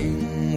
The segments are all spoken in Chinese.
因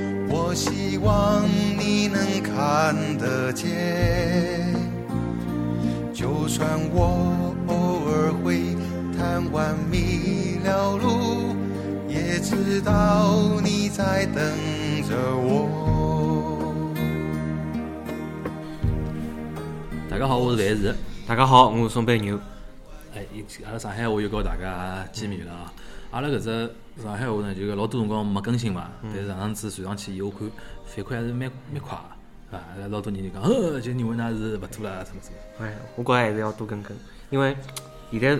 我希望你能看得见。就算我偶尔会贪玩迷了路，也知道你在等着我。大家好，我是万事。大家好，我是宋贝牛。哎，一阿拉上海话又告大家见面了啊！阿拉搿只上海话呢，就搿老多辰光没更新嘛，嗯但是上次传上去以后看反馈还是蛮蛮快的，啊，阿拉老多人就讲，呃，就认为㑚是勿错啦，什么什么。哎，我觉还是要多跟跟，因为现在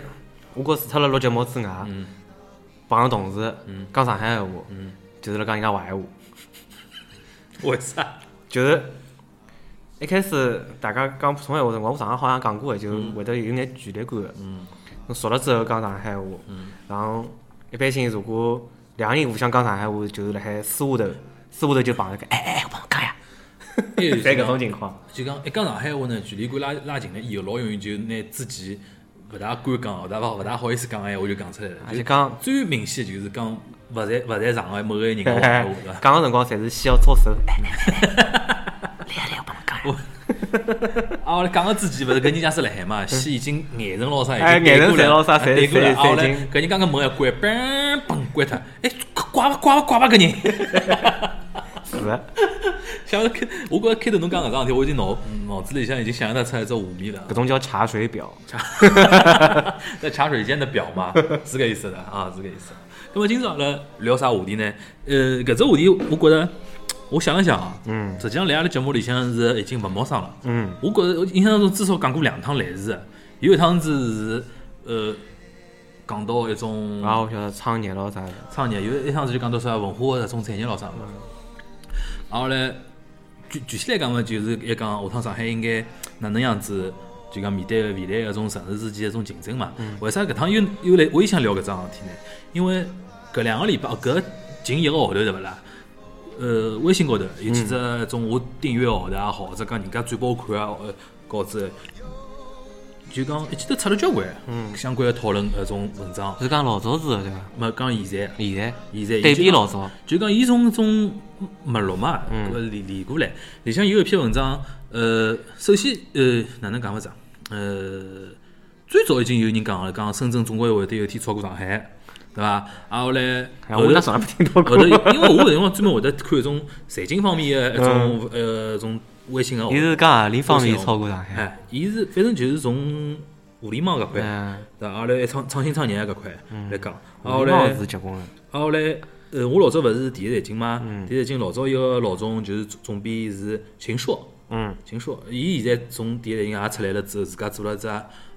我觉除脱了录节目之外，碰着同事讲上海闲话，就是辣讲人家坏闲话，为啥？就是一开始大家讲普通闲话的辰光，我上海好像讲过的，就会得有眼距离感的。侬熟了之后讲上海闲话，然后一般性如果两个人互相讲上海话，就是辣海私下头，私下头就碰着个，哎哎，我帮侬讲呀，哎侪搿种情况。就讲一讲上海话呢，距离感拉拉近了以后，老容易就拿自己勿大敢讲、勿大勿大好意思讲个闲话就讲出来了。而且讲最明显就是讲勿在勿在场个某个人的坏 话，对伐？讲个辰光侪是先要招手，哎哎哎，来来，我帮侬讲呀。啊，我来讲个之前，勿是搿人家是辣海嘛，先已经眼神捞啥，嗯哎已经对过眼神了捞啥侪对过了。侪啊，我来侪已经搿人家个门一关，嘣嘣关脱，哎，挂伐挂伐挂伐搿人。 是 的，想开，我觉着开头侬讲搿桩事体，我已经脑脑子里向已经想象得出来这画面了搿。种叫查水表。在茶水间的表 嘛，是搿意思的啊，是搿意思。那么今朝阿拉聊啥话题呢？呃，搿只话题我觉着，我想了想啊，嗯，实际上来阿拉节目里向是已经勿陌生了。嗯，我觉着我印象中至少讲过两趟类似的，有一趟子是呃讲到一种啊，我晓得创业咯啥的，创业，有一趟子就讲到啥文化的种产业咯啥嘛。然后嘞，具具体来讲嘛，就是要讲下趟上海应该哪能样子，就讲面对未来的种城市之间的种竞争嘛。为啥搿趟又又来我也想聊搿桩事体呢？因为搿两个礼拜，哦搿近一个号头对勿啦？呃，微信高头有几只种我订阅号头也好，或者讲人家转拨我看啊，呃稿子，就讲一记头出了交关相关的讨论搿种文章。是讲老早子的对伐？没讲现在，现在现在对比老嗯早，就讲伊从种目录嘛，呃理理过来，里向有一篇文章，呃，首先呃哪能讲法子啊？呃，最早已经有人讲了，讲深圳总归会得有一天超过上海，对伐？啊后来哎后我头那从来没听到后过头，。因为我有辰光专门会得看一种财经方面的一种呃一种微信个号嗯伊头，是讲啊何里方面超过上海？哎，伊是反正就是从互联网搿块，嗯，对伐？后来创创新创业搿块来讲，啊后互联来网是结棍了。啊，后来，呃，我老早勿是第一财经嘛，第一财经老早一个老总就是总总编是秦朔，嗯，秦朔，伊现在从第一财经也出来了之后，自家做了只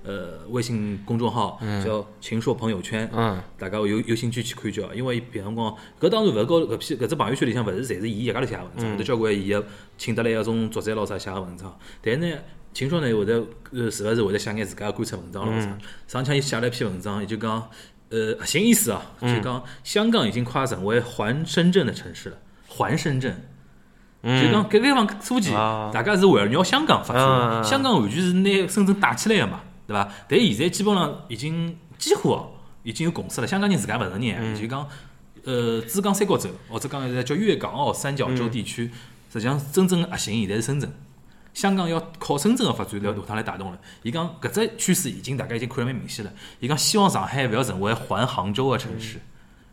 呃微信公众号，叫秦朔朋友圈，嗯，大家有有兴趣去看叫，因为伊别辰光，搿当然勿是搞搿批搿只朋友圈里向勿是侪是伊一家头写的文章，有得交关伊个请得来个种作者咾啥写个文章，但是呢。秦朔呢会得呃时勿时会得写眼自家个观察文章咾啥，上腔伊写了一篇文章，伊就讲呃核心意思啊，就讲香港已经快成为环深圳的城市了，环深圳，就讲搿地方初期啊大家是围绕香港发展嗯嗯的，嗯香港完全是拿深圳带起来的嘛，对伐？但现在基本上已经几乎哦已经有共识了，香港人自家勿承认，就讲呃珠江三角洲或者讲现在叫粤港澳三角洲地区，实际上真正的核心现在是深圳。香港要靠深圳的发展来下趟来带动了。伊讲搿只趋势已经大家已经看得蛮明显了。伊讲希望上海勿要成为环杭州的城市。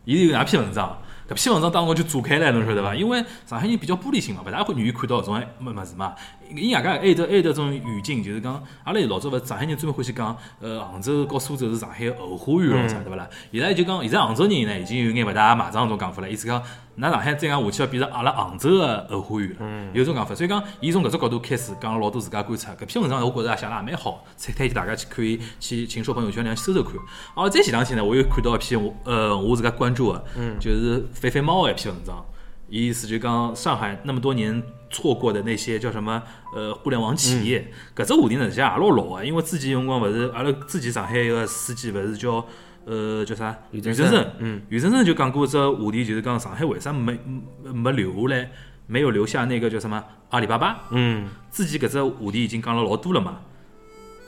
伊有哪篇文章？搿篇文章当时我就炸开了，侬晓得伐？因为上海人比较玻璃心嘛，勿大会愿意看到搿种物物事嘛。伊外加还有得还有得种语境，就是讲阿拉老早勿是上海人专门欢喜讲，呃，杭州和苏州是上海的后花园咯啥，对勿啦？现在就讲，现在杭州人呢已经有眼勿大买账种讲法了，意思讲，㑚上海再讲下去要变成阿拉杭州的后花园了，有种讲法。所以讲，伊从搿只角度开始讲了老多自家观察，搿篇文章我觉着也写得也蛮好，推推荐大家去可以去请说朋友圈里向去搜搜看。哦，再前两天呢，我又看到一篇我呃我自家关注的，就是肥肥猫的一篇文章，伊意思就讲上海那么多年错过的那些叫什么呃互联网企业，搿只话题呢其实也老老啊，因为之前有辰光勿是阿拉之前上海一个司机勿是叫呃叫啥俞正正声声，嗯，俞正声就讲过一只话题，就是讲上海为啥没没留下来，没有留下那个叫什么阿里巴巴，嗯，自己搿只话题已经讲了老多了嘛，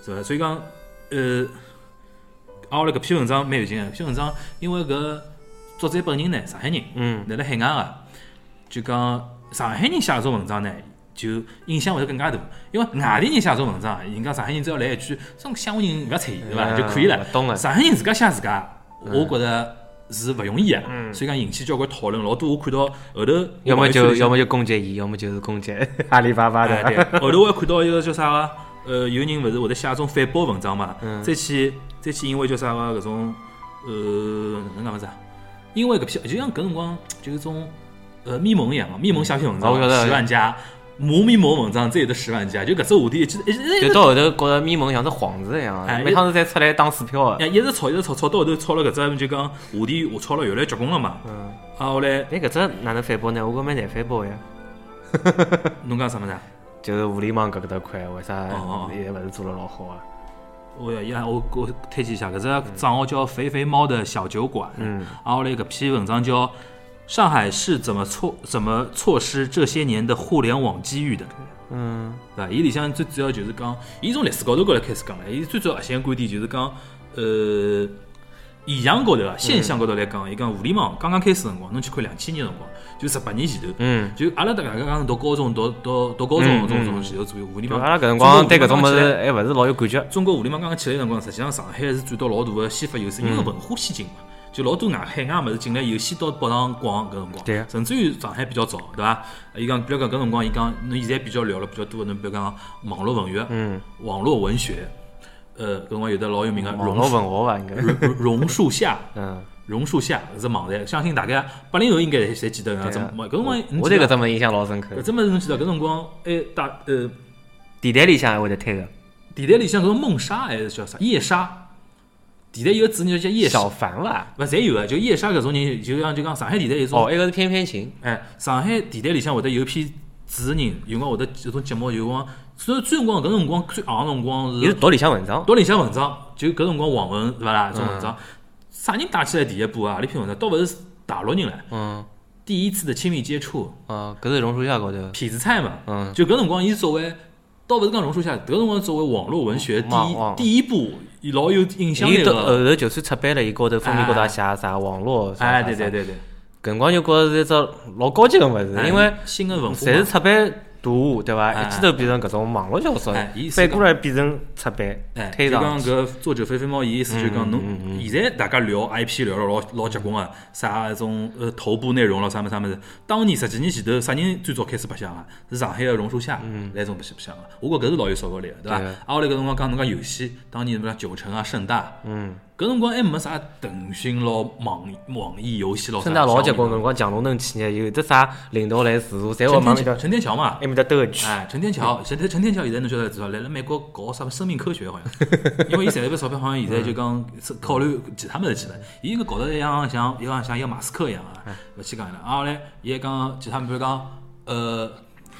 是伐？所以讲，呃，挨下来搿篇文章蛮有劲个，搿篇文章因为搿作者本人呢，上海人，嗯，辣辣海外个，就讲上海人写搿种文章呢，就影响会得更加大，因为外地人写搿种文章，人家上海人只要来一句，种乡下人勿要睬伊，对伐？嗯就可以了我。懂了嗯上海人自家写自家，我觉着。是勿容易啊，所以讲引起交关讨论，老多我看到后头，要么我网就友圈里向要么就攻击伊，要么就是攻击阿里巴巴哎，的。对，后头我还看到一个叫啥个，呃，有人勿是会得写搿种反驳文章嘛，嗯再去再去因为叫啥个搿种，呃，哪能讲法子啊？因为搿篇就像搿辰光就是种呃咪蒙一样嘛，咪蒙写篇文嗯哦我章晓得十万加，骂咪蒙文章再有得十万加，就搿只话题一直一直一直 就到后头觉着咪蒙像只幌子一样哎，每趟子侪出来打水漂的。哎一直吵一直吵，吵到后头吵了搿只就讲话题，我吵了越来越结棍了嘛。嗯，啊，后来但搿只哪能反驳呢？我觉着蛮难反驳呀。侬讲啥物事啊？就是互联网搿搿搭块，为啥哦哦现在勿是做了老好啊？我呀，伊拉我我推荐一下，搿只账号叫“肥肥猫的小酒馆”。嗯，然后来搿篇文章叫《上海是怎么错怎么错失这些年的互联网机遇的》，嗯，对伐？伊里向最主要就是讲，伊从历史高头高头开始讲了，伊最主要核心的观点就是讲，呃，现象高头嗯啊，现象高头来讲，伊讲互联网刚刚开始的辰光，侬去看两千年的辰光，就十八年前头，嗯，就阿拉大家讲读高中，读读读高中嗯这种这种前头左右，互联就网阿拉搿辰光对搿种物中国互联网刚刚起来啊中国互联网刚刚起来事还勿是老有感觉。的辰光，实际上上海是占到老大的先发优势，因为文化先进嘛，就老多外海外物事进来以后，先到北上广搿辰光，对啊甚至于上海比较早，对伐？伊讲，比如讲搿辰光，伊讲侬现在比较聊了比较多的，侬比如讲网络文学、嗯，网络文学，呃，搿辰光有的老有名个网榕络文学吧，应该。榕榕树下。嗯，榕树下是网站，相信大家八零后应该侪记得对啊。啊怎么搿辰光侬我记对得搿只物事印象老深刻搿。只物事侬记得搿辰光哎大呃地坛里向还会得推个地台里向搿个梦莎还是叫啥夜莎，地台有个词语叫夜莎小，凡伐？勿侪有个，就夜莎搿种人，就像就讲上海电台有种哦，，一个是翩翩琴，哎，上海电台里向会得有一批主持人，有辰光会得有种节目，有辰光，所以最辰光搿辰光最昂个辰光伊是是读里向文章。读里向文章，就搿辰光网文对伐啦？搿种文章，啥人带起来第一波啊？那篇文章倒勿是大陆人唻，嗯，第一次的亲密接触，啊，搿是榕树下高头。痞子蔡嘛，嗯就搿辰光伊作为。倒勿是讲榕树下，搿辰光作为网络文学第一网网第一部，伊老有影响力伊到呃个。呃后头就算出版了，伊高头封面高头也写啥网络啥。哎，啥对对。啥对对，搿辰光就觉着是一只老高级个物事，哎因为新的文化侪嘛是出版读物，对伐？哎一记头变成搿种网络小说哎伊，是反过来变成出版哎，推嗯就上讲去。搿作者飞飞猫伊意思就讲，侬现在大家聊 IP 聊了老老结棍个，啊啥那种呃头部内容了啥么啥么子。当年十几年前头，啥人最早开始白相啊？是上海个榕树下来种白相白相个。我觉搿是老有说服力个，对伐嗯对？啊，后来搿辰光讲侬讲游戏，当年什么九城啊、盛大，嗯，搿辰光还没啥腾讯咯、网网易游戏咯，现在老结棍，搿个哎辰。光强龙能企业有得啥领导来自助，侪往陈往里 天头桥，陈天桥嘛，埃面搭兜一圈。哎，陈天桥，陈天陈天桥现在侬晓得知道，来了美国搞啥么生命科学好像，因为伊赚了笔钞票，好像现在就讲是考虑其他物事去了。伊应该搞得一样像一样像一个马斯克一样啊，勿去讲伊拉。啊后来伊还讲其他，比如讲呃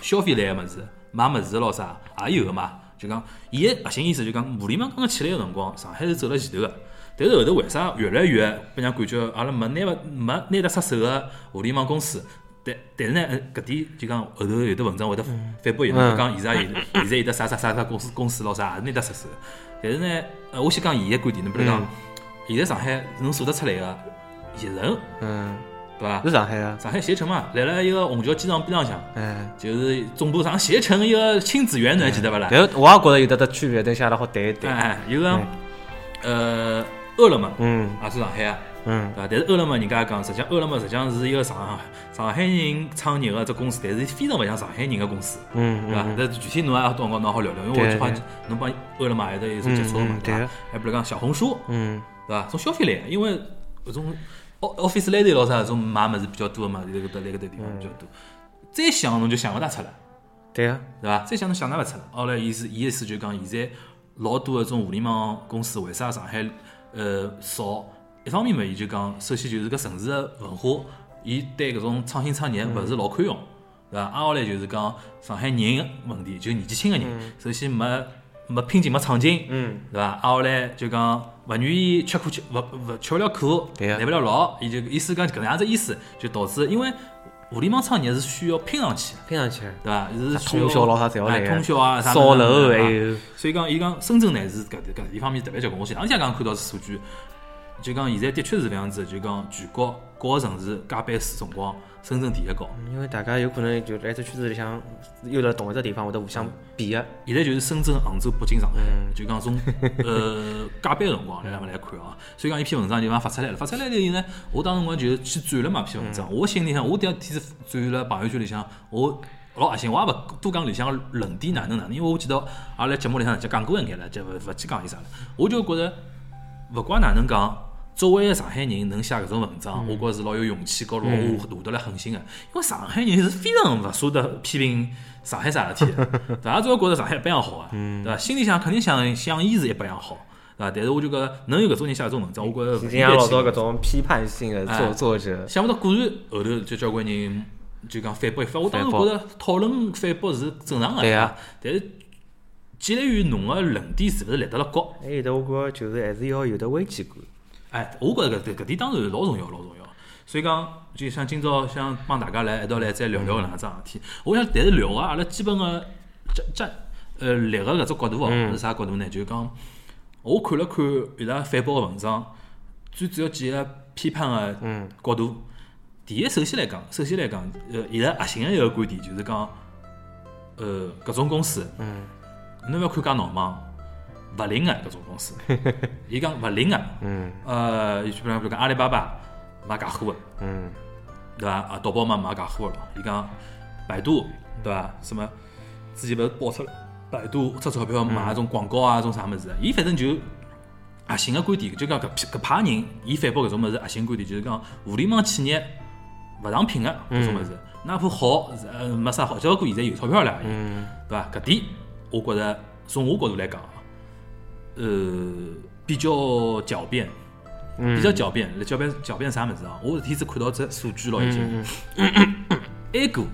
消费类个物事，买物事咯啥也有个嘛。就讲伊个核心意思就讲，互联网刚刚起来个辰光，上海是走了前头个。但是后头为啥越来越拨人家感觉阿拉没拿勿没拿得出手个互联网公司？但但是呢，呃搿点就讲后头有的文章会得反驳伊拉，嗯就讲现在有现在有的啥啥啥啥公司公司咯啥也是拿得出手的。但是呢，呃，我先讲伊个观点，侬比如讲嗯，现在上海能做得出来个携程，嗯，对伐是？上海啊。上海携程嘛，来了一个虹桥机场边浪向，哎。就是总部上携程一个亲子园，侬还记得勿啦？但是我也觉着有得只区别，等下拉好谈一谈。哎，有个呃饿了么嗯也是上海啊。嗯，对伐？但是饿了么，人家也讲，实际上饿了么实际上是一个上上海人创业个只公司，但是非常勿像上海人个公司，嗯对伐？但具体侬也到辰光侬好聊聊，因为我对就好对侬帮饿了么还得有所接触嘛嗯嗯，对对伐？还比如讲小红书，嗯对伐？从消费类，因为搿种 O- Office Lady 咯啥搿种买物事比较多嘛，这个搭那个搭地方比较多。嗯再想侬就想勿大出来，对啊，对伐？再想侬想哪勿出来？后来伊是伊意思就讲，现在老多搿种互联网公司为啥上海呃少？一方面嘛，嗯伊就讲，首先就是搿城市个文化，伊对搿种创新创业勿是老宽容，对伐？挨下来就是讲上海人问题，就是年纪轻个人，首先没没拼劲，没闯劲，嗯，对伐？挨下来就讲勿愿意吃苦吃，勿勿吃勿了苦，对呀耐勿了劳，伊就意思讲搿能样子意思，就导致因为互联网创业是需要拼上去的，拼上去，对伐？是需通宵要老啥侪要来哎个，通宵啊啥烧等等楼的哎还啊有，所以讲，伊讲深圳呢是搿搿一方面特别结棍。我前两天刚看到数据，就讲现在的确是搿样子，就讲全国各个城市加班时辰光，深圳第一高。因为大家有可能就来这圈子里向，又在同一个地方会得互相比啊个，现在就是深圳、杭州、北京、上海，就讲从呃加班辰光来来看啊。所以讲一篇文章就讲发出来了，发出来了以后呢，我当时辰光就去转了嘛一篇文章。我心里向，我第二天是转了朋友圈里向，我老恶心，我也勿多讲里向论点哪能哪能，因为我记得阿拉节目里向已经讲过一眼了，就勿勿去讲伊啥了。我就觉着。勿怪哪能讲，作为一个上海人能写搿种文嗯章，我觉着是老有勇气和老下下得来狠心个。因为上海人是非常勿舍得批评上海啥事体 的，大家只要觉着上海一般样好啊，嗯对伐？心里想肯定想想伊是一般样好，对伐？但是我就觉着能有搿种人写搿种文章，我觉着你勿应像该老多去搿种批判性的哎作作者，想勿到果然后头就交关人就讲反驳一番，我当时觉反驳着讨论反驳是正常个，对啊伐？但是既然于侬个论点是勿是立得了高，哎还有的我觉着就是还是要有得危机感，哎，我觉着搿搿点当然老重要，老重要。所以讲，就像今朝想帮大家来一道来再聊聊搿能桩事体。我想，但是聊个啊阿拉基本个站站呃立个搿只角度嗯哦，是啥角度呢？就是讲，我看了看伊拉反驳个文章，最主要几个批判个嗯角度。第一，首先来讲，首先来讲，呃，伊拉核心个一个观点就是讲，呃，搿种公司，嗯，侬勿要看介闹忙，勿灵个搿种公 司，伊讲勿灵个。嗯呃，就比方比如讲阿里巴巴买假货的，嗯，对伐？啊，淘宝嘛买假货了，伊讲百度，对伐？什么之前勿是爆出来，百度出钞票买那种广告啊，种啥物事的，伊反正就核心个观点，就讲搿批搿派人，伊反驳搿种物事核心观点，就是讲互联网企业勿上品个搿种物事，哪怕好呃没啥好，只不过现在有钞票了，嗯，对伐？搿点我觉着从我角度来讲啊，呃，比较狡辩。比较狡辩，狡辩狡辩啥物事啊？我是天子看到只数据了已经。A 股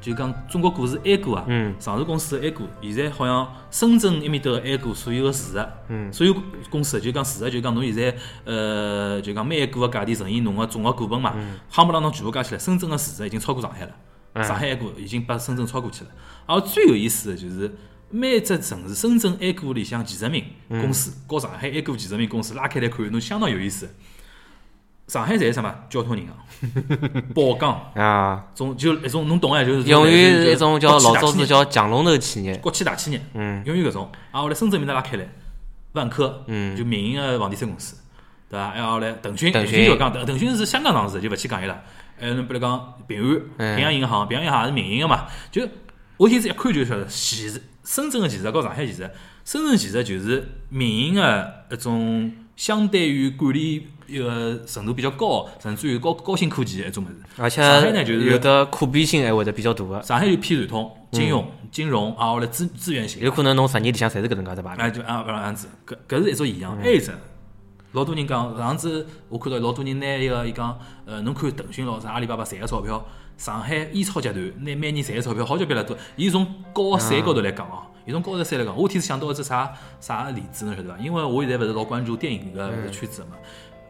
就讲中国股市 A 股啊，嗯上市公司的 A 股，现在好像深圳埃面头的 A 股所有的市值，嗯所有公司就讲市值就讲侬现在呃就讲每一股的价钿乘以侬的总个股本嘛，夯不啷当全部加起来，深圳的市值已经超过上海了，嗯上海 A 股已经把深圳超过去了。而最有意思的就是。每只城市，深圳 A 股里向前十名嗯公司，和上海 A 股前十名公司拉开来看，侬相当有意思。上海侪是什么？交通银行、 宝钢、啊，种就一种侬懂哎，就是永远就是一种叫国企老大早企子业叫强龙头企业，国企大企业，嗯，永远搿种。啊，后来深圳面搭拉开来，万科，嗯就民营个房地产公司，对伐？还有后来腾讯，腾腾讯就讲，腾腾讯是相当上市，就勿去讲伊了。还有侬比如讲平安，嗯平安银行，平安银行也是民营个嘛。就我现在一看就晓得，其实深圳个其实和上海其实，深圳其实就是民营个一种相对于管理一个程度比较高，甚至于高高新科技的一种物事。而且上海呢就是有的可比性还会得比较大个，上海就偏传统金融、金融啊，后来资资源型，有可能侬十年里向侪是搿能介只排名，哎就啊搿样子，搿搿是一种现象。还有一只，老多人讲，上次我看到老多人拿一个伊讲，呃，侬看腾讯咯啥阿里巴巴赚个钞票，上海烟草集团拿每年赚个钞票好久别了多，伊从高个山高头来讲哦，伊从高个山来讲，我天是想到一只啥啥例子侬晓得伐？因为我现在勿是老关注电影搿搿圈子嘛。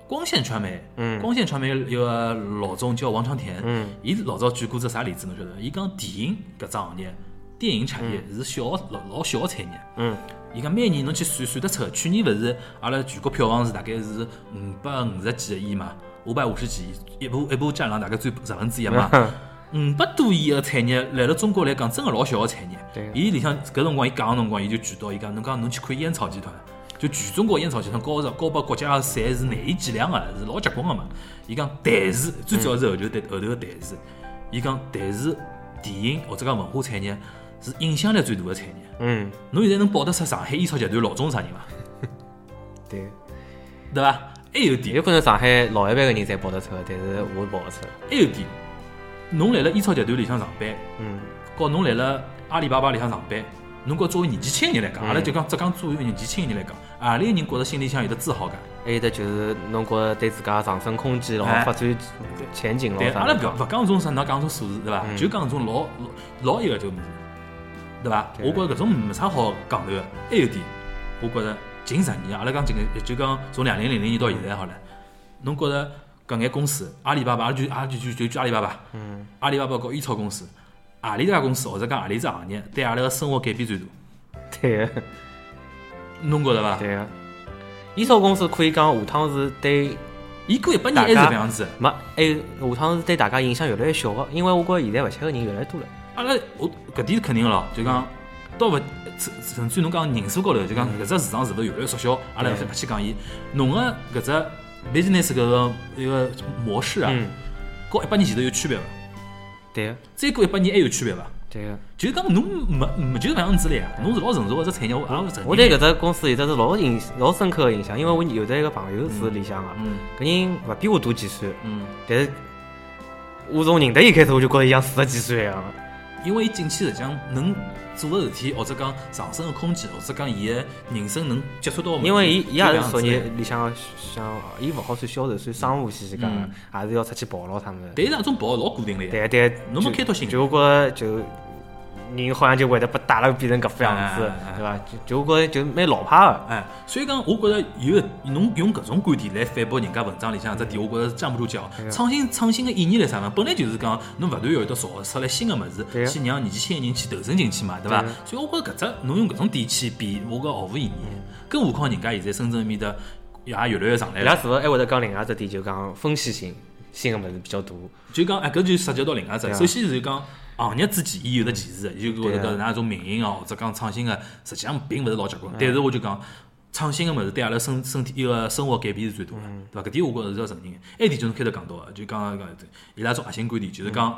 光线传媒，光线传媒有个老总叫王长田，伊老早举过只啥例子侬晓得伐？伊讲电影搿只行业，电影产业是小的老老小个产业，嗯，伊讲每年侬去算算得出的，去年勿是阿拉全国票房是大概是五百五十几个亿嘛，五百五十几亿，一部一部《战狼》大概占十分之一嘛，五百多亿个产业，来了中国来讲，真个老小个产业对。伊里向搿辰光，伊讲个辰光，伊就举到伊讲，侬讲侬去看烟草集团，就全中国烟草集团高上高把国家个税是难以计量个，是老结棍个嘛。伊讲，但是最主要是后头对后头个但是，伊讲但是电影或者讲文化产业是影响力最大个产业。嗯，侬现在能报得出上海烟 E 草集团老总是啥人伐？对。对伐？还有点，有可能上海老一辈个人侪跑得出，但是我跑勿出。还有点，侬来了烟草集团里向上班，嗯，和侬来了阿里巴巴里向上班，侬觉作为年纪轻个人来讲，阿拉就讲只讲作为年纪轻个人来讲，何里个人觉着心里向有得自豪感？还有得就是侬觉着对自家上升空间咯哎，发展前景咯对，啥阿拉的。不不讲种啥，㑚讲种数字对伐？啊嗯就讲种老老老一个这个物事，对伐？对我觉着搿种没啥好讲头的。还有一点，我觉着近十年，阿拉讲近个，就讲从两零零零年到现在好了，侬觉着搿眼公司，阿里巴巴，阿拉就阿拉就就就就阿里巴巴，嗯，阿里巴巴和烟草公司，何里家公司或者讲何里只行业对阿拉个生活改变最大？对啊个，侬觉着伐？ 对个。啊烟草公司可以讲下趟是对伊过一百年还是搿样子。没，还有下趟是对大家影响越来越小个，因为我觉着现在勿吃个人越来越多了。阿拉我搿点肯定个咯，就讲到勿甚甚至侬讲人数高头，就讲嗯搿只市场是勿是越来越缩小？阿拉勿对勿去讲伊，侬个搿只 business 搿个一个模式啊，嗯，和一百年前头有区别伐？对个，啊再过一百年还有区别伐？对啊个。就是讲侬没没就是搿样子了呀，侬是老成熟个只产业，我阿拉承认。我对搿只公司现在是老印老深刻个印象，因为我有得一个朋友是里向嗯个，搿人勿比我大几岁，嗯，但是我从认得伊开始，我就觉着伊像四十几岁一样个。因为伊进去实际上能做个事体，或者讲上升个空间，或者讲伊个人生能接触到个物事，因为伊伊也就搿是样子属了于里向像，伊勿好算销售，算商务系自家嗯，还是要出去跑咯他们。但是那种跑老固定了呀。对对，侬没开拓性就就我觉着就人好像就会得被带了变成搿副样子哎哎哎，对伐？就就我觉着就蛮老派个。哎，所以讲，我觉着有侬用搿种观点来反驳人家文章里向这点，我觉着站不住脚对。啊创新创新的意义来啥呢？本来就是讲侬勿断要有得造出来新的物对事，啊去让年纪轻的人去投身进去嘛，对伐对啊？所以我觉着搿只侬用搿种点去比，我觉着毫无意义。更何况人家现在深圳埃面搭也越来越上来伊拉了，是勿是还会得讲另外一只点，就讲分析性性个物事比较大？就讲哎，搿就涉及到另外一只。对啊首先是讲行业之间，伊有得歧视的，伊就觉着对搿啊哪种民营啊，或者讲创新的，实际上并勿是老结棍。嗯但是我就讲，创新的物事对阿拉身身体一个生活改变是最大的，嗯对伐？搿点我觉着是要承认的。还有一点就是侬开头讲到个，就讲讲伊拉种核心观点，就是讲。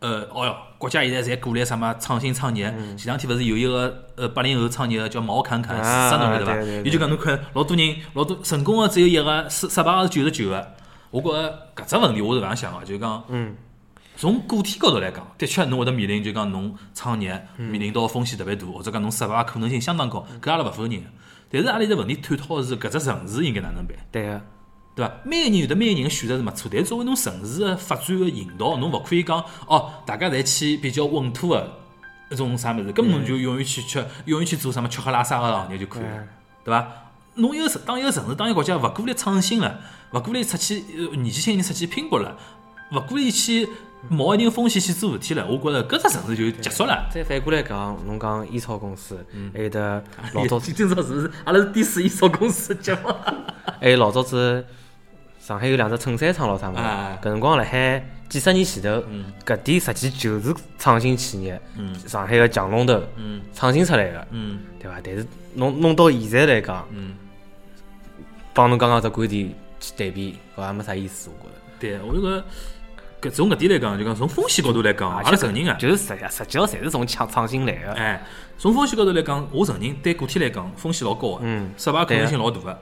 呃，哦哟，国家现在侪鼓励什么创新创业？嗯前两天勿是有一个呃八零后创业的叫毛侃侃，啊四十岁对伐对对？伊对就讲侬看，老多人老多成功的只有一个，失失败的是九十九个。我觉着搿只问题我是搿样想个，啊就讲嗯，从个体高头来讲，的确侬会得面临就讲侬创业嗯面临到风险特别大，或者讲侬失败的可能性相当高，搿阿拉勿否认的。但是阿拉现在问题探讨的是搿只城市应该哪能办，对啊个，对伐？每个人有得每个人个选择是没错，但是作为侬城市个发展个引导，侬勿可以讲哦，大家侪去比较稳妥个一种啥物事，根本侬就永远去吃，永远去做什么吃喝拉撒个行业就可以了嗯，对伐？侬一个城当一个城市，当一个国家勿鼓励创新了，勿鼓励出去呃年纪轻人出去拼搏了，勿鼓励去冒一定风险去做事体了，我觉着搿只城市就结束了。再反过来讲，侬讲烟草公司，还有得 老早今今朝嗯是不是阿拉是第四一所公司节目？还有老早子上海有两只衬衫厂咯，啥物事啊？嗯搿辰光辣海几十年前头，搿点实际就是创新企业，上海个强龙头嗯创新出来个，嗯对伐？但是弄弄到现在来讲，嗯，帮侬刚刚只观点去对比，搿也没啥意思，我觉着。对，我就觉搿从搿点来讲，就讲从风险角度来讲，阿拉承认啊，就是实际实际上侪是从创创新来个。哎，从风险高头来讲，我承认对个体来讲风险老高个嗯，失败可能性老大个。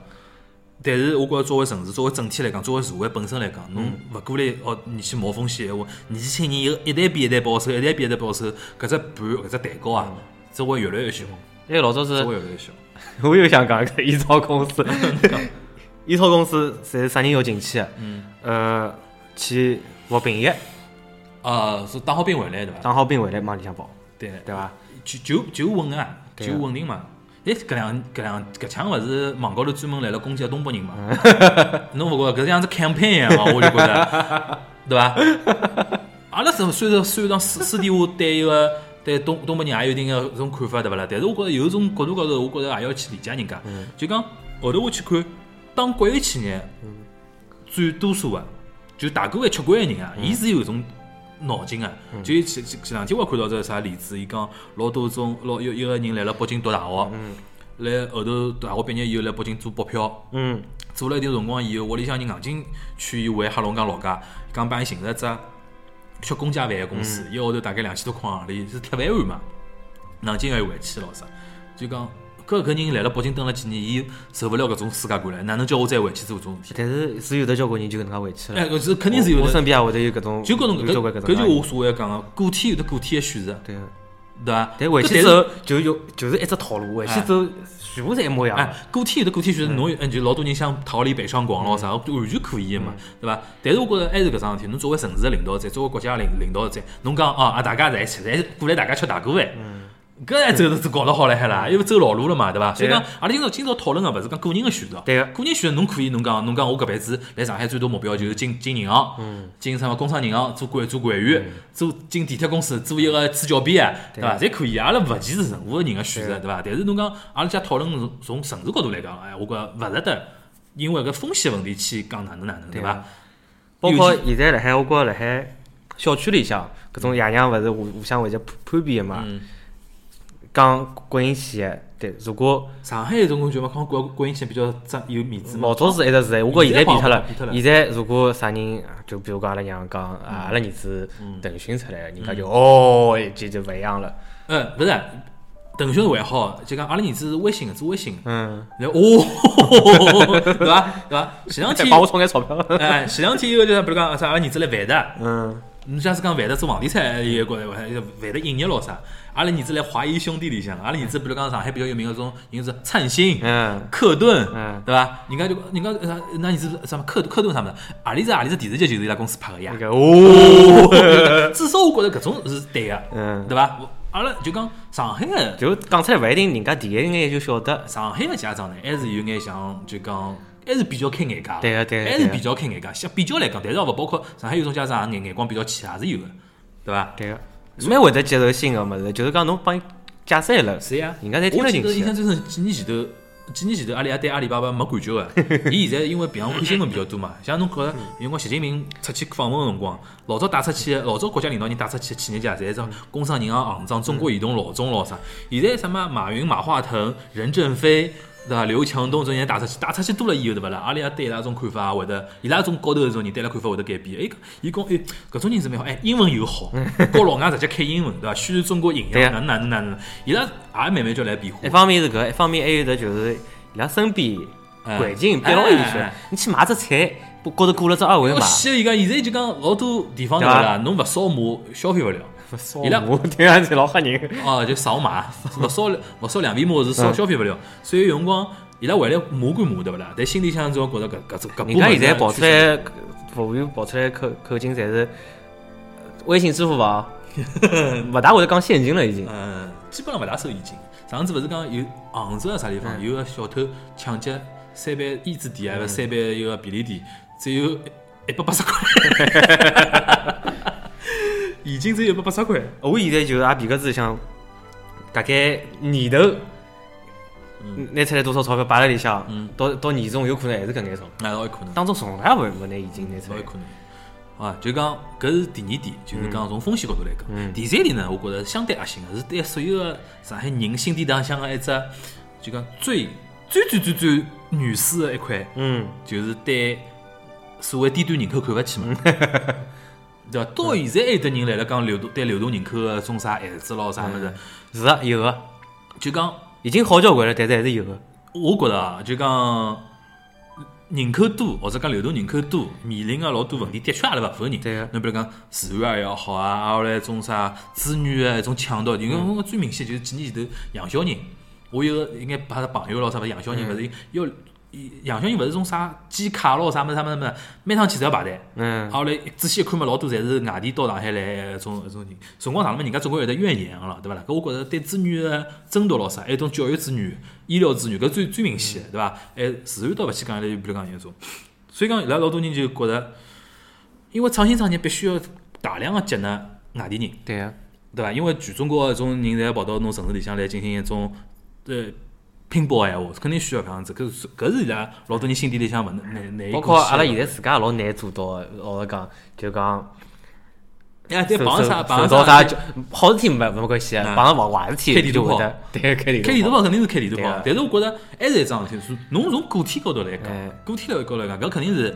但是我觉着作为城市，作为整体来讲，作为社会本身来讲，侬勿鼓励哦，你去冒风险闲话，年纪轻人一一代比一代保守，一代比一代保守，搿只盘搿只蛋糕啊，只会越来越小，因为老早只子会越来越小。 我又想讲个烟草公司， 烟草公司侪是啥人要进去个？嗯呃，去服兵役，啊，是当好兵回来对伐？当好兵回来往里向跑，对，对伐？就就就稳啊，对就啊稳定嘛。哎，搿两搿两搿腔勿是网高头专门来了攻击东北 人嘛？侬勿觉着搿像只 campaign 一样嘛？我就觉着， 对伐？阿拉是虽然虽然私私底下对一个对东东北人也有一定个种看法，对勿啦？但是我觉着有一种角度高头，我觉着也要去理解人家。嗯就讲后头我去看，当国有企业嗯占多数个，就大部分吃惯个人嗯啊，伊是有一种脑筋个。就前前前两天我看到只啥例子，伊讲老多种老有一个人来了北京读大学，来后头大学毕业以后来北京做北漂。嗯，做了一段辰光以后，屋里向人硬劲劝伊回黑龙江老家，讲帮伊寻了只吃公家饭个公司，一个号头大概两千多块行钿，是铁饭碗嘛，硬劲要伊回去咯啥，就讲搿搿人来了北京蹲了几年，伊受勿了搿种世界观了，哪能叫我再回去做搿种事体？但是是有的交关人就搿能介回去哎，了。搿是肯定是有我的，身边也会得有搿种，就搿种啊有交关搿搿搿种就人我所谓讲个，个体有得个体个选择，对个，对伐？但回搿去之后就有就是一只套路，回去之后全部是一模一样哎的。，个体有的个体选择，侬有嗯就老多人想逃离北上广咯啥，嗯完全可以的嘛，对伐？但是我觉着还是搿桩事体，侬作为城市的领导者，作为国家的领领导者，侬讲哦啊，大家在一起，侪过来大家吃大锅饭，嗯搿还走得搞得好唻海啦，因为走老路了嘛，对伐？所以对讲，阿拉今朝今朝讨论个勿是讲个人个选择，对个个人选择侬可以，侬讲侬讲我搿辈子来上海最大目标就是进进银行，进什么工商银行做管做管员，做进地铁公司做一个次教编啊，对伐？侪可以，阿拉勿歧视任何个人个选择，对伐？但是侬讲阿拉家讨论从从城市角度来讲，哎，我觉着勿值得，因为搿风险问题去讲哪能哪能，对伐？包括现在辣海，我觉着辣海小区里向，搿种爷娘勿是互互相回去攀攀比个嘛嗯。讲国营企业，对，如果上海有种感觉嘛，好像国国营企业比较占有面子嘛，嗯老早是一直是，我觉着现在变脱了现在好像变脱。了嗯现在如果啥人，啊就比如讲阿拉娘讲，啊阿拉儿子腾讯出来了，人家就哦，这就勿一样了。嗯，勿是，腾讯还好，就讲阿拉儿子是微信个，做微信的，嗯，然后 哦， 对伐？对伐？前两再 天帮我充眼钞票。哎，前两天以后就是，比如讲啥，阿拉儿子来万达，嗯，侬假使讲万达做房地产也过来，万达影业咯啥，阿拉儿子来华谊兄弟里向，阿拉儿子比如讲上海比较有名的种，人是灿星，嗯克顿，嗯对伐？人家就人家啥，那儿子什么克克顿啥么的，阿里只阿里只电视剧就是伊拉公司拍的呀那。个哦，至少我觉着搿种是对的，嗯对伐？我阿拉就讲上海的就讲出来勿一定，人家第一眼就晓得。上海的家长呢，还是有眼像就讲，还是比较开眼界的，对个对个啊还对是个比较开眼界。相比较来讲，但是也勿包括上海有种家长也眼眼光比较浅，也是有的，对伐？对个，蛮会得接受新个物事，就是讲侬帮伊解释一轮，是呀，人家侪听我得记进得印去啊象的。最深，几年前头。几年前头，阿拉爷对阿里巴巴没感 觉个。伊现在因为平常看新闻比较多嘛，像侬觉着，嗯因为讲习近平出去访问个辰光，老早带出去的，老早国家领导人带出去的企业家，侪是种工商银行行长、中国移动老总咯啥。现在什么马云、马化腾、任正非，对伐？刘强东这些人带出去，带出去多了以后，对勿啦？阿拉爷对伊拉种看法也会得，伊拉种高头的种人对伊拉看法会得改变。哎，伊讲哎，搿种人是蛮好，哎，英文又 好，告老外直接开英文，对伐？宣传中国营对呀养，哪能啊哪能哪能，伊拉也慢慢就来变化。一方面是搿，一方面还有得就是伊拉身边哎环境变牢一哎哎圈哎，你去买只菜，不高头过了只二维我码，先伊讲，现在就讲老多地方对对伐吧啦？侬勿扫码消费勿了，扫伊 拉码听上去老吓人。哦，就扫码，勿扫勿扫两遍码是扫消费勿了，所以有辰光伊拉为了骂归骂对勿啦？但心里向总觉着搿搿种搿部人家分现在是跑出来，服务员跑出来口口径侪是微信、支付 宝，勿大会得讲现金了已经。嗯，基本上勿大收现金。上次勿是讲有杭州啊啥地方有个小偷抢劫三爿燕子店，还勿啊三爿一个便利店，只有一百八十块， 现金只有一百八十块。 呃我现在就是也皮克子想，大概年头。拿出来多少钞票摆辣里向，到到年终有可能还是搿眼钞票。那啊倒有可能。当中从来勿勿拿现金拿出勿来有。可能。啊，就讲搿是第二点，就是讲从风险角度来讲。第三点呢，我觉着相对恶心个，是对所有个上海人心底当向个一只，就讲最最最最最原始个一块，嗯，就是对所谓低端人口看勿起嘛。对伐？到现在还有得人来了讲流动对流动人口个种啥限制咯啥物事，是啊，有个，就讲已经好交关了，但是还是有个。我觉得啊，就讲人口多或者讲流动人口多，面临个老多问题，的确阿拉勿否认。对个侬比如讲治安也要好啊，挨下来种啥资源啊，一种抢夺，因为我最明显就是几年前头杨小人，我有个应该拍个朋友咯啥勿是杨小人，勿是要伊杨小人勿是种啥机卡咯啥么啥么啥么，每趟去侪要排队。嗯，后来仔细一看嘛，老多侪是外地到上海来的种种人，辰光长了嘛，人家总归有得怨言个了，对伐啦？搿我觉着对资源的争夺咯啥，还有种教育资源、医疗资源，搿最最明显的，对伐？还自然倒勿去讲，比如讲有种，所以讲伊拉老多人就觉着，因为创新创业必须要大量个接纳外地人，对啊个，对伐？因为全中国的种人侪跑到侬城市里向来进行一种呃拼搏个闲话，肯定需要搿样子，搿是搿是伊拉老多人心底里向勿能难难以包括共识阿拉的现在自家也老难做到的。老实讲，就讲哎对受绑受啥受绑到啥啥就好事体没没关系，嗯碰到坏坏事开体地就图会炮得对开地开地图图炮。炮肯定是开地图对炮啊，但是我觉着还是一桩事体，是侬从个体角度来讲哎，个体角度来讲，搿肯定是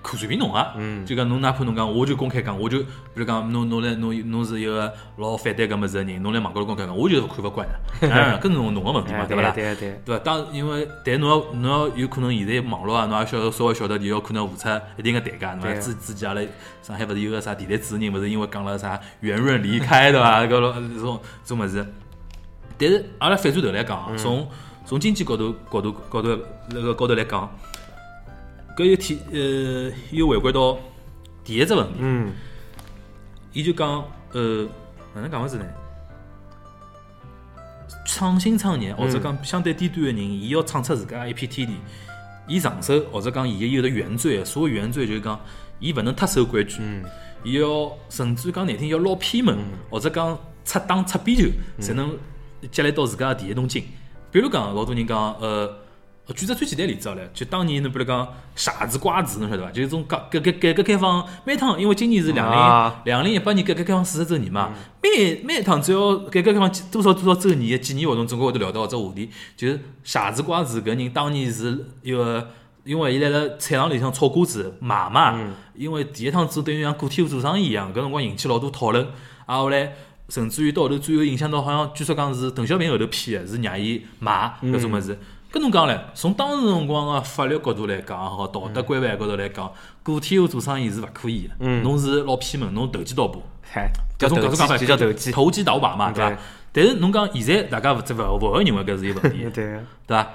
可随便侬啊，嗯就讲侬哪怕侬讲，我就公开讲，我就比如讲侬侬来侬侬是一个老反对搿么子的人，侬来网高头公开讲，我就是看勿惯的，当 然搿是侬侬个问题嘛，哎，对对勿啦？对啊对啊，对伐？当因为但侬要侬要有可能现在网络啊，侬也晓得稍微晓得，就要可能付出一定个代价，对伐？对之之前阿拉上海勿是有个啥电台主持人，勿是因为讲了啥圆润离开，对伐？搿种这种这种物事。但是阿拉反转头来讲啊，从从经济角度角度角度那个高头来讲，搿又提呃又回归到第一只问题，嗯，伊就讲呃哪能讲法子呢？创新创业，或者讲相对低端的人，伊要创出自家一片天地，伊上手或者讲伊有的原罪，所谓原罪就是讲，伊勿能太守规矩，伊要甚至讲难听要捞偏门，或者讲出打出边球，才能积累到自家的第一桶金。比如讲，老多人讲，呃，呃举只最简单的例子好了，就当年侬比如讲傻子瓜子，侬晓得伐？就是种改改改改革开放每趟，因为今年是两零啊两零一八年改革开放四十周年嘛，每每一趟只要改革开放几多少多少周年的纪念活动，总归会得聊到搿只话题，就是傻子瓜子搿人当年是一个。因为伊辣辣菜场里向炒瓜子卖嘛，因为第一趟做等于像个体户做生意一样，搿辰光引起老多讨论，啊后来甚至于到后头最后影响到好像据说讲是邓小平后头批的，是让伊买搿种物嗯事。搿侬讲唻，从当时辰光个法律角度来讲也好，道德规范角度来讲，嗯个体户做生意是勿可以的，侬是老偏门，侬投机倒把。嗨，搿嗯叫种搿投种讲法机，就叫投机，投机倒把嘛，对对伐？但是侬讲现在大家勿知勿勿会认为搿是一个 问题，对啊，对伐？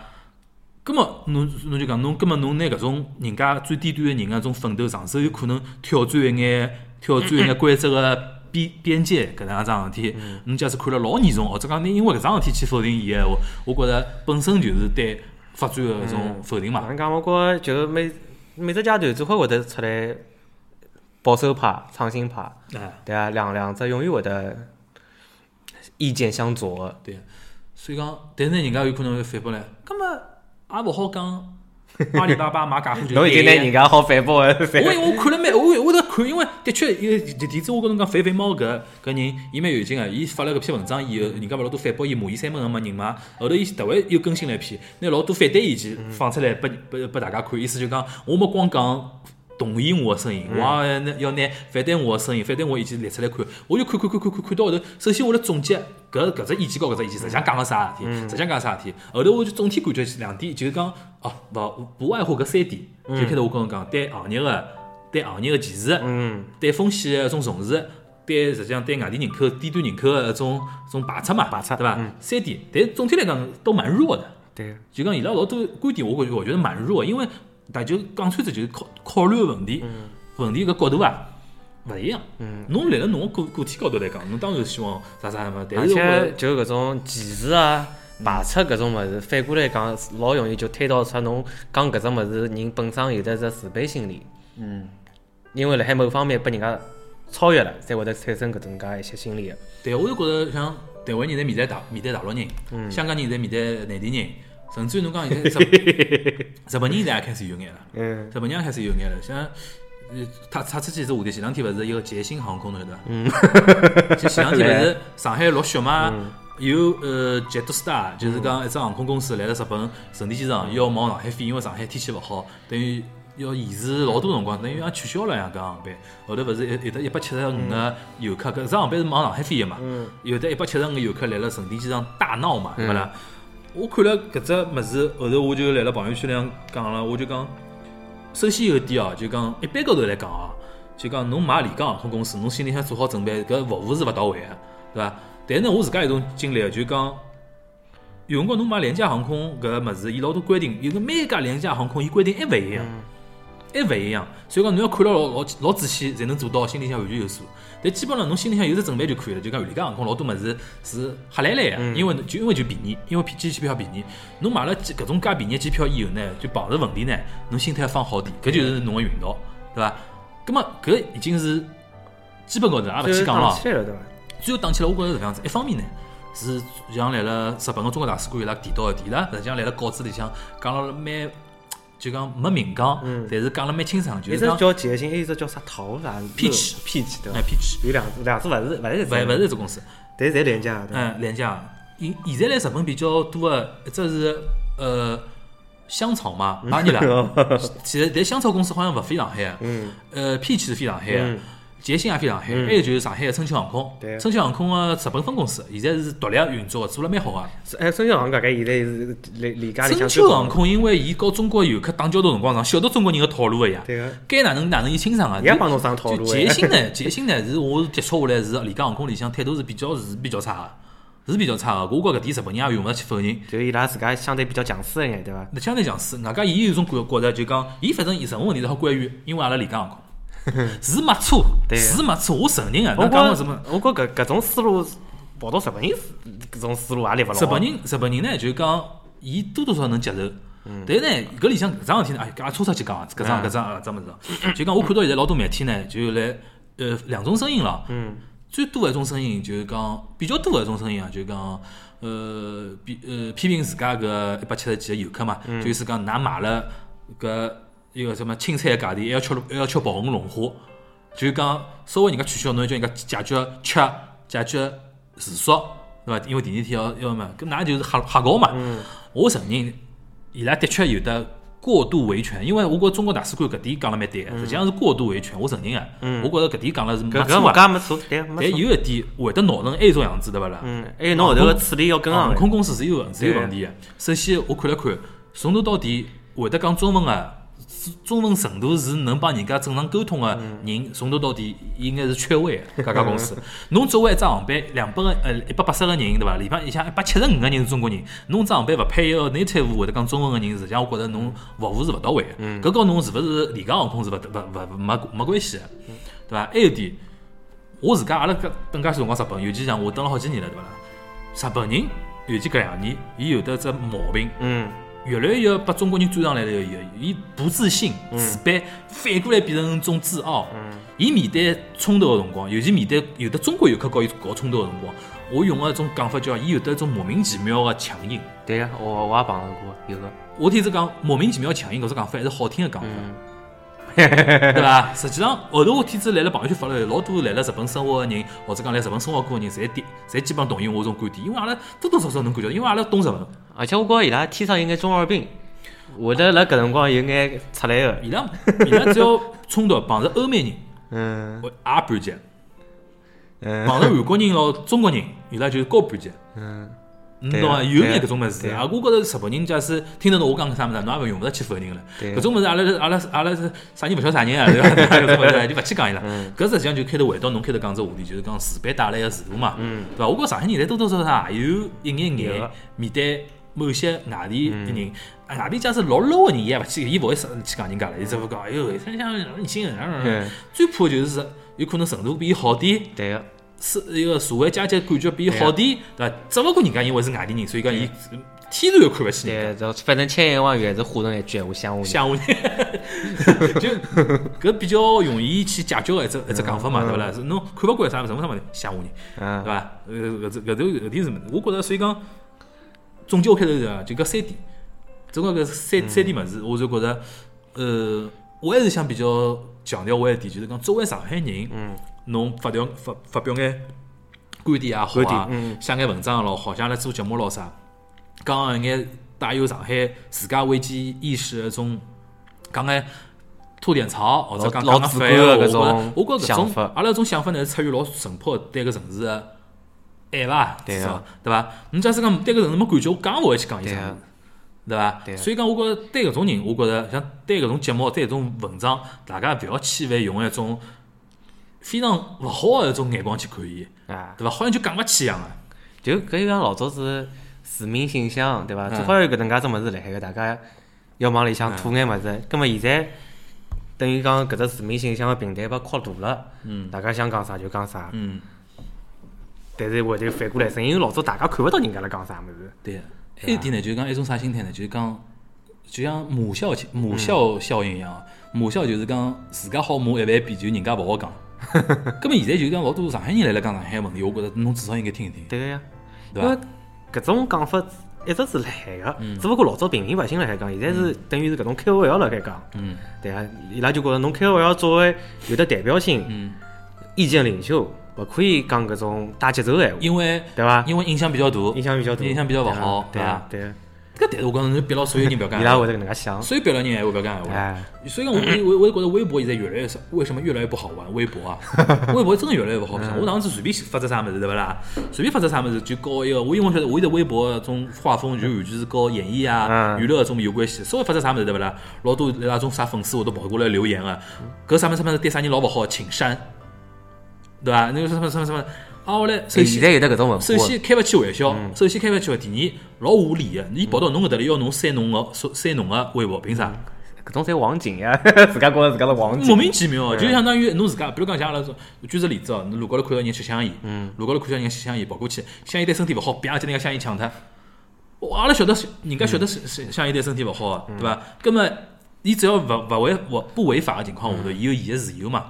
葛么侬侬就讲侬，葛么侬拿搿种人家最低端的人啊，种奋斗上手有可能挑战一眼挑战一眼规则个边边界搿能样桩事体，嗯侬假使看了老严重，或者讲你因为搿桩事体去否定伊个话，我觉着本身就是对发展个搿种否定哪嘛。能讲？我觉着就是每每只阶段总会会得出来保守派、创新派，哎，对啊，两两只永远会得意见相左的。对，所以讲，但是人家有可能会反驳唻，葛么也勿好讲阿里巴巴买假货就侬已经对拿的人家好反驳的 反我 因为我看了蛮，我我得看，因为的确，因为前前子我跟侬讲，肥肥猫搿搿人，伊蛮有劲个，伊发了搿篇文章以后，人家勿老多反驳伊，骂伊三门个嘛人嘛，后头伊特别又更新了一篇，拿老多反对意见放出来，拨拨拨大家看，意思就讲，我没光讲。同意我的声音，我也要拿要拿反对我的声音，反对我的意见列出来看，我就看看看看看看到后头，首先我来总结搿搿只意见和搿只意见，实际上讲个啥事体，实际上讲啥事体，后头我就总体感觉是两点，就是讲哦，勿不外乎搿三点，就开头我跟侬讲对行业个对行业个歧视，嗯，对风险的一种重视，对实际上对外地人口、低端人口的一种一种排斥嘛，排斥嗯对伐？三点，但总体来讲都蛮弱的。对，就讲伊拉老多观点，我感觉我觉得蛮弱，因为大家讲穿子就是考考虑问题，嗯问题搿角度啊勿一样。侬辣辣侬个个个体角度来讲，侬当然希望啥啥嘛，但而是我且就搿种歧视啊、排斥搿种物事，反过来讲，老容易就推导出侬讲搿只物事人本身有的只自卑心理。嗯，因为辣海某方面被人家超越了，才会得产生搿种介一些心理的。对，我就觉着像台湾人在面对大面对大陆人，香港人在面对内地人，甚至于侬讲现在日日本人现在也开始有眼了。嗯，日本人也开始有眼了，像呃，他他出去一只话题，前两天勿是一个捷星航空，侬晓得伐？嗯，前两天勿是上海落雪嘛，有呃 Jetstar，就是讲一只航空公司来了日本成田机场要往上海飞，因为上海天气勿好，等于。要延迟老多辰光，等于也取消了两个航班。后头勿是有有得一百七十五个游客，搿只航班是往上海飞的嘛？有得一百七十五个游客来了成田机场大闹嘛，对勿啦？我看了搿只物事，后头我就来了朋友圈里向讲了，我就讲，首先有一点哦，就讲一般高头来讲哦，就讲侬买廉价航空公司，侬心里向做好准备，搿服务是勿到位个，对伐？但是呢，我自家有一种经历哦，就讲有辰光侬买廉价航空搿物事，伊老多规定，有个每一家廉价航空伊规定还勿一样，还勿一样，所以讲侬要看了老老老仔细，才能做到心里向完全有数。但基本上侬心里向有只准备就可以了，就讲廉价航空老多物事是瞎来来个，因为就因为就便宜，因为机机票便宜。侬买了几搿种介便宜的机票以后呢，就碰着问题呢，侬心态要放好点，搿就是侬个运道，对伐？葛末搿已经是基本高头，也勿去讲了就。是打起来了，对伐？最后打起来，我觉着是搿样子。一方面呢，是像来了日本个中国大使馆伊拉提到一点，伊拉实际上来了稿子里向讲了蛮，就讲没明讲，但是讲了蛮清爽，就一是只讲嗯叫捷星，还有一只叫啥桃啥 Peach Peach 对伐哎？peach，有两只，两只勿是勿是勿勿是，一只公司，嗯但是侪廉价的。对伐嗯，两家。现现在来日本比较多个，一只是呃香草嘛，买你 了。其实，但香草公司好像勿飞上海，嗯，呃，P 去是飞上海嗯，捷星也飞上海，嗯还有就是上海的春秋航空对，啊春秋航空的日本分公司现在是独立运作，做了蛮好啊。哎，春秋航空大概现在是里里家里春向秋航空因为伊告中国游客打交道辰光上，晓得中国人的套路个呀，对个，该哪能哪能伊清爽啊。也帮侬上套就路捷星呢， 捷星呢是我接触下来是里加航空里向态度是比较是比较差个，是比较差个。我觉着搿点日本人也用勿着去否认。就伊拉自家相对比较强势一眼，对伐？那相对讲是，外加伊有一种觉觉着就讲，伊反正任何问题侪好归于因为阿拉里加 航空。是没错，对是没错，我承认啊。我那讲什觉么？我觉搿搿种思路跑到日本人搿种思路也来勿牢。啊日本人，日本人呢，就是讲，伊多多少少能接受。但是呢，搿里向搿桩事体呢，哎，搿也抽出去讲啊，搿桩搿桩啊，搿桩物事啊，就讲我看到现在老多媒体呢，就来呃两种声音了。嗯，最多的一种声音就是讲比较多的一种声音啊，就是讲呃比呃批评自家搿一百七十几个游客嘛，就是讲㑚买了搿一个什么青菜的价钿，还要吃还要吃爆红龙虾，就是讲稍微人家取消，侬就叫人家解决吃解决住宿，对伐？因为第二天要要嘛，搿㑚就是瞎瞎搞嘛。我承认伊拉的确有的过度维权，因为我觉得中国大使馆搿点讲了蛮对的，实际上是过度维权，我承认啊。我觉着搿点讲了是没搿错搿啊物。价没错，对没但错。有一点会得闹成埃种样子，对勿啦？嗯，还有侬后头个处理要跟上航的。啊空公司是有是有问题的。首先，我看了看，从头到底会得讲中文啊，中文程度是能帮人家正常沟通的人，从头到底应该是缺位的。搿家公司，侬作为一只航班，两百个呃一百八十个人对伐？里向一向一百七十五个人是中国人，侬只航班勿配一个 native 会得讲中文的人，实际上我觉着侬服务是勿到位的。搿跟侬是勿是廉价航空是勿勿勿没没关系的，对伐？还有一点。我自家阿拉搿等介许辰光日本，尤其像我等了好几年了，对伐啦？日本人，尤其搿两年，伊有得只毛病，嗯，越来越把中国人追上来了。伊伊不自信、自卑，反过来变成一种自傲。伊面对冲突的辰光，尤其面对有的中国游客搞伊搞冲突的辰光，我用个一种讲法叫，伊有得一种莫名其妙的强硬。对个，我我也碰到过有个。我听是讲莫名其妙强硬搿只讲法还是好听的讲法， 对伐？实际上后头我天子来了朋友圈发了，老多来了日本生活的人，或者讲来日本生活过的人，侪点侪基本上同意我这种观点，因为阿拉多多少少能感觉到，因为阿拉懂日本，而且我觉着伊拉天生有眼中二病，会得辣搿辰光有眼出来个。伊拉伊拉只要冲突碰着欧美人，嗯我也半截；嗯碰着韩国人咯、中国人，伊拉就是高半截。嗯，你对懂啊伐？有对啊眼搿种物事对啊啊！我觉着日本人假使听得懂我讲搿啥物事，啊侬也勿用勿着去否认了。对啊搿种物事，阿拉阿拉阿拉是啥人勿晓得啥人啊， 对伐？搿种物事就勿去讲伊拉。嗯搿实际上就开头回到侬开头讲只话题，就是讲自卑带来个自大嘛，对伐？我觉着上海人侪多多少啊少也有一眼嗯有眼啊嗯面对某些外地的人，啊外地假使老 low 个人，伊也勿去，伊勿会去讲人家了，伊只会讲哎哟，像像年轻人啊嗯，最怕就是有可能程度比伊好点。对个，是一个社会阶级感觉比伊好点，对伐？只勿过人家因为是外地人，所以讲伊天然就看勿起人对，就反正千言万语还是化成一句闲话乡下人。乡下人， 就搿比较容易去解决个一只一只讲法嘛，对勿啦？是侬看勿惯啥什么啥物事，乡下人，对嗯，伐？呃，搿只搿头搿点是物事，我觉着所以讲总结我开头是啊，就搿三点，总归搿嗯三三点物事，我就觉着，呃，我还是想比较强调我一点，就是讲作为上海人，嗯，侬发表发发表眼观点也好观啊点，嗯写眼文章也老好，像阿拉做节目咯啥，讲一眼带有上海自家危机意识的种，讲眼吐点槽或者老讲老讲主反观的话搿种我觉着我觉着搿想种法阿拉搿种想法呢，是出于老淳朴地对搿城市的爱伐，对啊至少对伐？侬假使讲对搿城市没感觉，我讲也勿会去讲伊对啥啊物事。对伐？对所以讲，我觉着对搿种人，我觉着像对搿种节目、对搿种文章，大家勿要千万用一种非常勿好的一种眼光去看伊，啊，对伐？好像就讲勿起一样啊个。就搿就像老早子市民信箱对伐？嗯最好有搿能介只物事辣海个，大家要往里向吐眼物嗯事。葛末现在等于讲搿只市民信箱个平台被扩大了，嗯大家想讲啥就讲啥。嗯，但是会头反过来，是因为老早大家看勿到人家辣讲啥物事。对。还有一点呢，就是讲一种啥心态呢？就是讲，就像母校母校效应一样，啊嗯母校就是讲自家好骂一万遍，就人家勿好 讲。咁么现在就是讲老多上海人来了讲上海问题，我觉着侬至少应该听一听，对个呀，对嗯因为伐？搿种讲法一直是辣海个，只不过老早平民百姓辣海讲，现在是等于是搿种 KOL 辣海讲，嗯对啊，伊拉就觉着侬 KOL 作为有的代表性、嗯，意见领袖，勿可以讲搿种带节奏个闲话，啊因为对伐？因为影响比较大，影响比较大，影响比较勿对啊好对啊，对啊，搿但是我讲侬逼牢所有人勿要讲 伊闲拉会话，得搿能介想，所有逼牢人闲话勿要讲闲话。哎，所以讲，我我我觉着微博现在越来越少，为什么越来越不好玩？微博 啊，微博真的越来越不好嗯玩。我上次随便发只啥物事，对勿啦？随便发只啥物事就搞一个，我因为我晓得我现在微博的种画风就完全是跟演艺啊、嗯娱乐搿种有关系。稍微发只啥物事，对勿啦？老多那种啥粉丝我都跑过来留言啊，搿啥物事啥物事对啥人老勿好，请删，对伐？那个什么什么什么啊，我来首现先在有得搿种文化，首先开勿起玩笑，首先开勿起玩笑。第二，老无理个，伊跑到侬搿搭来要侬删侬个删侬个微博，凭啥？搿种侪网警呀， 自家觉着自家是网莫警，名其妙，啊就相当于侬自家，比如讲像阿拉说，举个例子哦，侬路高头看到人吃香烟，路高头看到人吃香烟，跑过去，香烟对身体勿好，别就拿香烟抢脱。我阿拉晓得是，人家晓得是是香烟对身体勿好啊，对伐？葛么，伊只要勿勿违勿不违法个情况下头，伊有伊个自由嘛，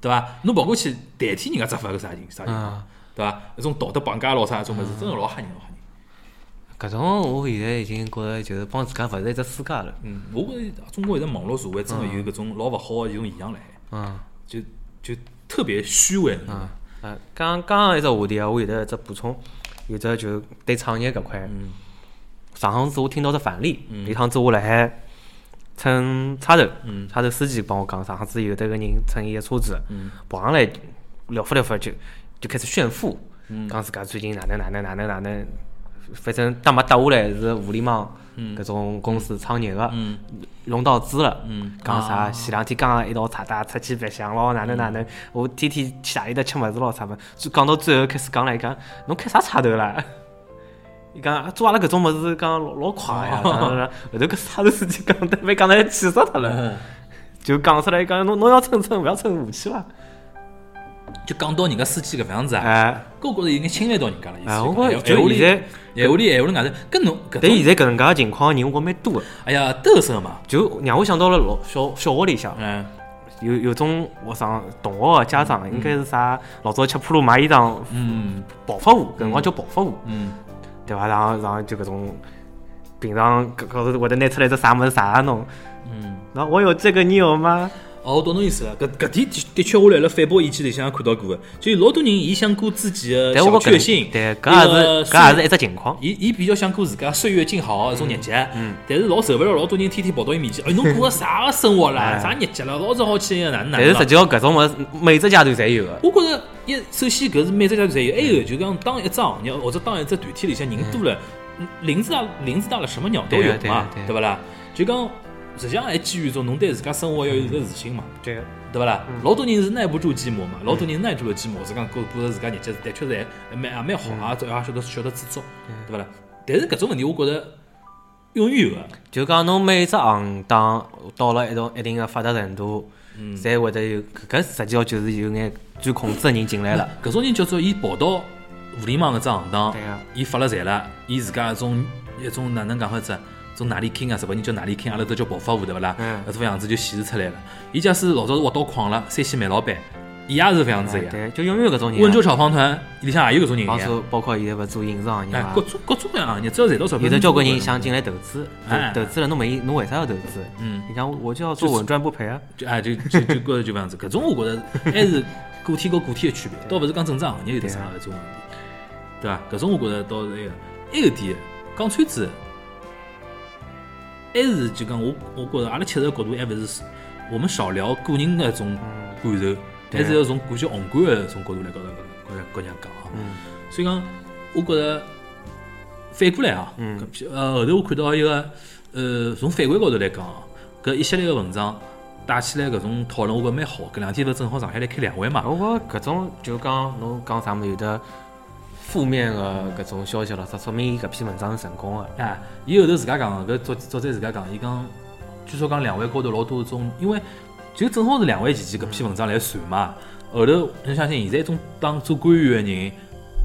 对伐？侬跑过去代替人家执法个啥情啥情况，对伐？搿种道德绑架咯啥种物事，真个老吓人老吓人。搿种我现在已经觉着就是帮自家勿是一只世界了，嗯，我觉着中国现在网络社会真个有搿种老勿好个一种现象辣海，嗯。就就特别虚伪。嗯，呃，刚刚刚一只话题啊，我有得一只补充，有只就是对创业搿块。嗯上趟子我听到只反例，有趟子我辣海乘差头嗯，差头司机帮我讲，上趟子有得个人乘伊个车子嗯，跑上来聊发聊发就就开始炫富，嗯讲自家最近哪能哪能哪能哪能，反正搭没搭下来是互联网搿种公司创业个，嗯融到资了嗯，嗯讲啥前两天刚刚一道出大出去白相咯，哪能哪能，我天天去哪里搭吃物事咯啥么，最讲到最后开始讲了，伊讲侬开啥差头啦？ 伊讲啊做阿拉搿种物事讲老老快哦呀，哪能哪能后头搿差头事体讲得被讲得气死脱了，嗯，就讲出来伊讲侬侬要蹭蹭，勿要蹭武器伐？就讲到人家司机搿副样子啊，哎搿我觉着有眼侵犯到人家了。意思哎哎，就我讲觉着闲话里现在，闲话里闲话里外头，跟侬搿但种现在搿能介情况人我觉蛮多的，哎呀嘚瑟嘛，就让我想到了老小小学里向。嗯有有种学生同学的家长应该是啥，老早吃铺路买衣裳，嗯暴发户，搿辰光叫暴发户，嗯对伐？然后然后就搿种，平常搿高头会得拿出来只啥物事啥弄，嗯，然后我有这个你有吗？哦，我懂侬意思了。搿搿点的的确，我辣辣反驳意见里向也看到过的，就有老多人伊想过自己的但小我觉确得幸，对，一搿也个是搿也岁是一只情况。伊伊比较想过自家岁月静好的一种日节，嗯但是老受勿了老多人天天跑到伊面前，哎，侬过个啥个生活啦，哎啥日节啦，老早好去哪能哪但能是啦实际上搿种物事每只阶段侪有个，我觉着一首先搿是每只家族侪有，还有就讲当一只行业或者当一只团体里向人多了，嗯林子大林子大了什么鸟都对有啊对嘛啊对，啊对勿啦？就讲实际上还基于一种侬对自家生活要有一个自信嘛，对，对勿啦？嗯老多人是耐不住寂寞嘛，老多人耐住了寂寞，是讲过过着自家日节的确是还还蛮也蛮好，嗯也也晓得晓得知足，对勿啦？但是搿种问题我觉着永远有个，就讲侬每只行当到了一种一定的发达程度，侪会得有搿实际上就是有眼钻空子的人进来了。搿种人叫做伊跑到互联网搿只行当对啊，伊发了财了，伊自家一种一种哪能讲法子，种哪里 king 啊，日本人叫哪里 king，阿拉都叫暴发户对勿啦？嗯搿副样子就显示出来了。伊假使老早是挖到矿了，山西煤老板，伊也是搿副样子哎个呀。对，就永远有搿种人啊。温州炒房团里向也有搿种人包哎呀。括包括现在勿做啊影视行业哎嘛，，各种各种各样行业，只要赚到钞票，嗯有的交关人想进来投资，哎投投资了侬没侬为啥要投资？嗯你讲我就要做稳赚不赔啊，就哎，就就就觉着就搿样子，搿种我觉着还是个体跟个体的区别，倒勿是讲整只行业有得啥搿种问题，对伐？搿种我觉着倒是那个，还有点讲穿子，还是就讲我我觉着阿拉切入角度还勿是，我们少聊个人的一种感受，还是要从感觉宏观的一种角度来高头高头人讲啊。所以讲，我觉着反过来啊，搿呃后头我看到一个呃从反馈高头来讲啊，搿一系列个文章。带起来搿种讨论，我觉着蛮好。搿两天勿是正好上海来开两会嘛？我觉搿种就讲侬讲啥物事有的负面的搿种消息了，说说明伊搿篇文章是成功的。哎，伊后头自家讲个，搿作作者自家讲，伊讲，据说讲两会高头老多种，因为就正好是两会期间搿篇文章来传嘛。后头侬相信现在种当做官员个人，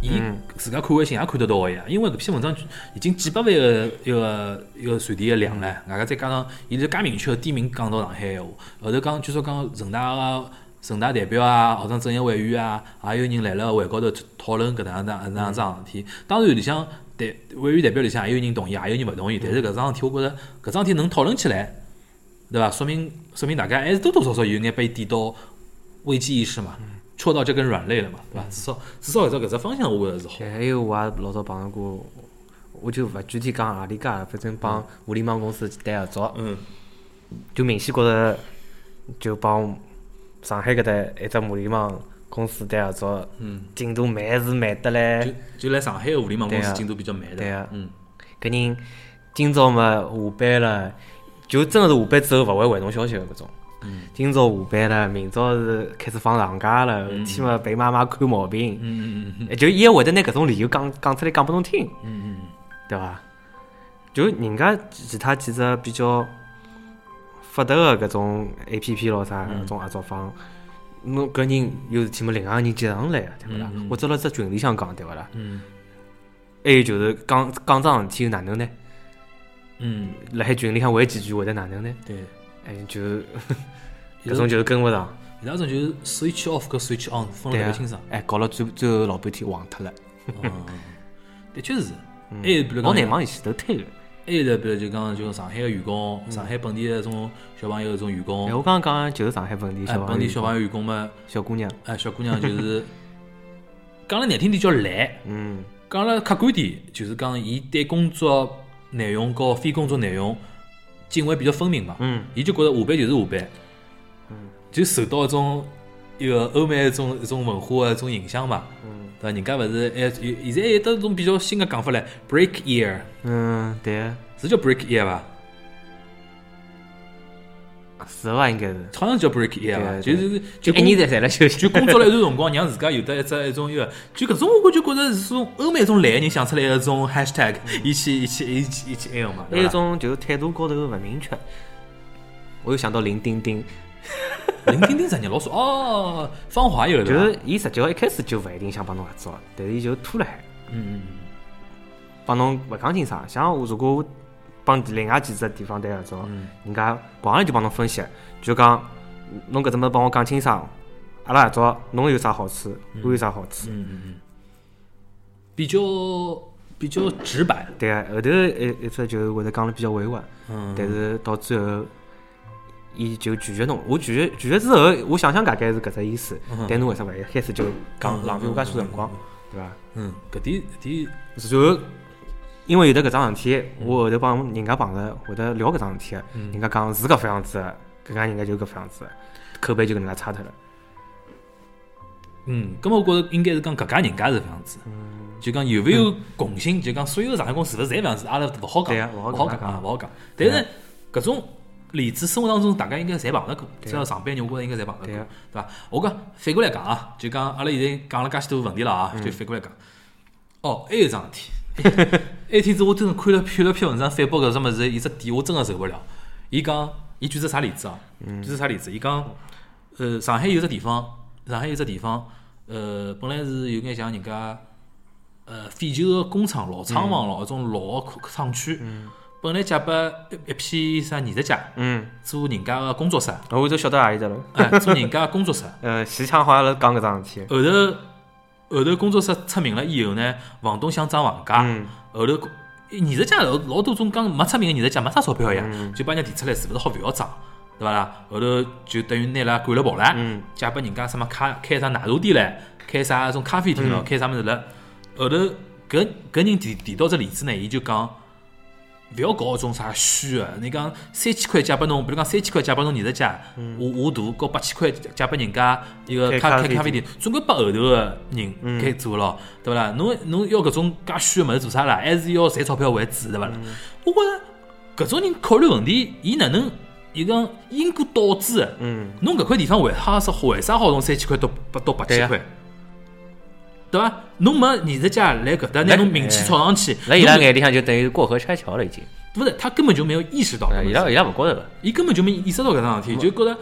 伊自家看微信也看得到个呀，因为搿篇文章已经几百万个一个一个传递个量了，外加再加上伊是介明确个点名讲到上海闲话，后头讲据说讲人大个。人大代表啊，学生政协委员啊，也有人来了会高头讨论搿能样子搿能样桩事体。当然，里向代委员代表里向也有人同意，也有人勿同意。但是搿桩事体，我觉着搿桩事体能讨论起来，对伐？说明说明大家还是多多少少有眼被点到危机意识嘛，戳到这嗯根软肋了嘛，对伐？至少至少按照搿只方向，我觉着是好。对，还有我也老早碰到过，我就勿具体讲何里家了，反正帮互联网公司谈合作，嗯就明显觉着就帮上海搿搭一只互联网公司谈合作，嗯，进度慢是慢得嘞就。就来上海的互联网公对司啊进度比较慢的，对啊嗯，搿人今朝嘛下班了，就真的是下班之后勿会回侬消息的搿种。嗯今朝下班了，明朝是开始放长假了，后天嘛陪妈妈看毛病，嗯嗯嗯哎就伊也会得拿搿种理由讲讲出来讲拨侬听，嗯嗯嗯，对伐？就人家其其他几只比较发达的搿种 A P P 咯啥嗯搿种合作方，侬搿人有事体么另外个人接上来个，对勿啦嗯嗯？或者辣只群里向讲，对勿啦？嗯还有就是讲讲桩事体又哪能呢？嗯，辣海群里向回几句会得哪能呢？对，哎，就 搿种就是跟勿上，伊拉种就是 switch off 和 switch on 分得对特啊别 清爽，，哎，搞了最最后老半天忘脱了，嗯，的确是。还有比如嗯老讲，难忘前头推个。还有的比如就讲，就上海的员工，上海本地的这种小朋友，这种员工嗯哎，，我刚刚讲的就是上海本地哎小，朋本友地，小朋友员工嘛，小姑娘，哎，小姑娘就是 讲了难听点叫懒，嗯，讲了客观点就是讲伊对工作内容和非工作内容泾渭比较分明嘛，嗯，伊就觉着下班就是下班，就受到一种一个欧美一种一种文化的一种影响嘛，嗯，对伐？人家勿是还现在有得种比较新的讲法唻，break year，嗯，对，是叫 break year 伐？是伐？应该是，好像叫 break year 伐？对就对是就就一年侪侪辣 休息，就工作了一段辰光，让自家有得一只一种一个，就搿种我就觉着是种欧美一种懒人想出来的一种 hashtag，一起一起一起一起那个嘛，还有一种就是态度高头勿明确。我又想到林丁丁，林丁丁啥人老鼠哦，芳华有就对伐？是伊实际上一开始就勿一定想帮侬合作，但是伊就拖了海，嗯帮侬勿讲清爽。像我如果我帮另外几只地方谈合作，嗯人家跑上来就帮侬分析，就讲侬搿只物事帮我讲清爽，阿拉合作侬有啥好处，我有啥好处。嗯嗯嗯，比较比较直白，对啊，后头一一只就是会得讲了比较委婉，嗯但是到最后，伊就拒绝侬。我拒绝拒绝之后，我想想大概是搿只意思，但侬为啥勿一开始就讲嗯浪费我介许多辰光，对伐？嗯，搿点搿点然后，因为有得搿桩事体，我后头帮人家碰着，会得聊搿桩事体，人家讲是搿副样子的，搿家人家就搿副样子的，口碑就搿能介差脱了。嗯，咁我觉着应该是讲搿家人家是搿样子，就讲有没有共性，就讲所有上海公司是勿是侪搿样子，阿拉勿好对啊讲，勿勿好好讲讲啊，勿勿好讲。但是搿种例子生活当中大家应该侪碰着过，只要上班人我觉着应该侪碰着过，啊对对啊伐？我讲反过来讲啊，就讲阿拉现在讲了介许多问题了嗯啊，就反过来讲，哦，还有一桩事体。哎 那天子我真的看了看了篇文章反驳搿只物事，伊只点我真的受不了。伊讲，伊举只啥例子啊？嗯举只啥例子？伊讲，呃，上海有只地方，上海有只地方，呃，本来是有眼像人家，呃，废旧个工厂、老厂房咯，搿种老个厂区，本来借拨一一批啥艺术家嗯，做人家个工作室，我就晓得何里搭了。哎，做人家个工作室。呃，前腔好像辣讲搿桩事体，后头后头工作室出名了以后呢，房东想涨房价嗯，后头艺术家老老多种讲没出名个艺术家没啥钞票呀，嗯就把人家提出来是勿是好勿要涨，对伐啦？后头就等于拿伊拉赶了跑了，嗯借拨人家什么咖开啥奶茶店唻，开啥种咖啡厅嗯咯，开啥物事了。后头搿搿人提提到只例子呢，伊就讲。勿要搞搿种啥虚个，你讲三千块借拨侬，比如讲三千块借拨侬艺术家，画画图，和八千块借拨人家一个嗯开咖咖开啡嗯咖啡店，总归拨后头个人该做咯，对勿啦？侬侬要搿种介虚个物事做啥啦？还是要赚钞票为主，对勿啦？嗯我觉着搿种人考虑问题，伊哪能伊讲因果倒置个？嗯，侬搿块地方为啥是为啥好从三千块到八到八千块？对伐？侬没艺术家来搿搭拿来侬名气哎炒上去，辣伊拉侬搿眼里向就等于过河拆桥了，已经。不是他根本就没有意识到搿呃物事，伊拉伊拉勿觉着个。伊根本就没意识到搿桩事体，就觉得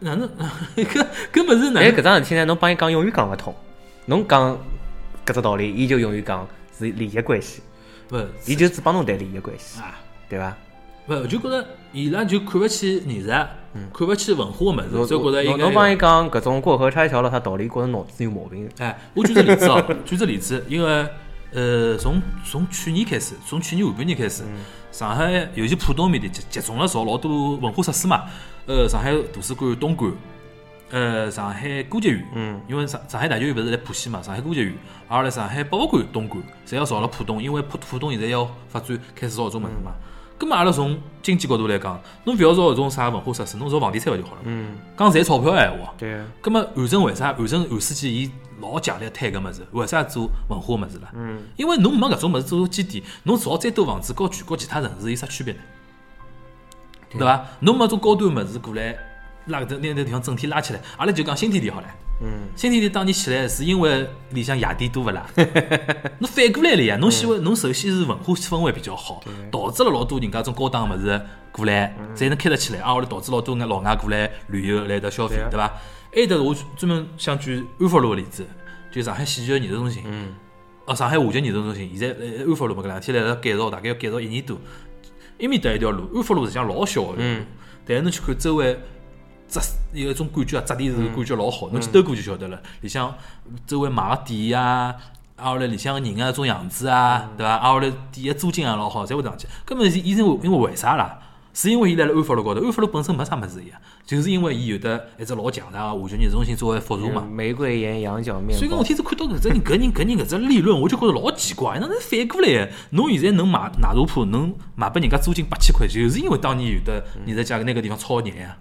哪能 搿搿物事哪但能哎是搿桩事体呢，侬帮伊讲永远讲勿通。侬讲搿只道理，伊就永远讲是利益关系，勿伊就只帮侬谈利益关系，啊？对伐？勿就觉得伊拉就看勿起艺术，看勿起文化个物事，就觉得应嗯侬该侬帮伊有。讲搿种过河拆桥了啥道理，觉着脑子有毛病。哎，我举只例子哦，举只例子，因为呃，从从去年开始，从去年下半年开始，上海尤其浦东面的集集中了造老多文化设施嘛，呃，上海图书馆、东莞，呃，上海歌剧院，嗯，因为上上海大剧院勿是辣浦西嘛，上海歌剧院，阿拉辣上海博物馆、东莞，侪要造了浦东，因为浦浦东现在要发展开始造搿种物事嘛。咁么阿拉从经济角度来讲，侬勿要造搿种啥文化设施，侬造房地产勿就好了嘛？嗯，讲赚钞票个闲话，对啊，咁么韩正为啥韩正韩书记伊老强烈推搿物事？为啥做文化物事啦？嗯，因为侬没搿种物事做基地，侬造再多房子，和全国其他城市有啥区别呢？对伐？侬没做高端物事过来，拉搿只拿搿地方整体拉起来，阿拉就讲新天地好了。嗯，新天地当年起来是因为里向夜店多勿啦？侬反过来了呀！侬嗯希望侬首先是文化氛围比较好，导致了老多人家种高档物事过来，嗯才能开得起来啊！后来导致老多眼老外过来旅游来得消费对啊，对伐？埃搭我专门想举安福路个例子，就上海戏剧艺术中心，嗯，哦，上海话剧艺术中心现在呃安福路嘛，搿两天来辣改造，大概要改造一年多。埃面搭一条路，安福路实际上老小个，嗯，但是侬去看周围。质有一种感觉啊，质地是感觉老好，侬去兜过就晓得了。里向周围买个店呀，啊后来里向个人啊种样子啊，对伐？啊后来店个租金也老好，侪会上去。根本是伊是因为因为为啥啦？是因为伊辣辣安福路高头，安福路本身没啥物事伊啊，就是因为伊有得一只老强大个话剧艺术中心作为辅助嘛。玫瑰盐羊角面所以讲，包我天天看到搿只人，搿人搿人搿只利润，我就觉着老奇怪。哪能反过来，侬现在能买奶茶铺，能卖拨人家租金八千块，就是因为当年有的嗯你在家那个地方超热呀，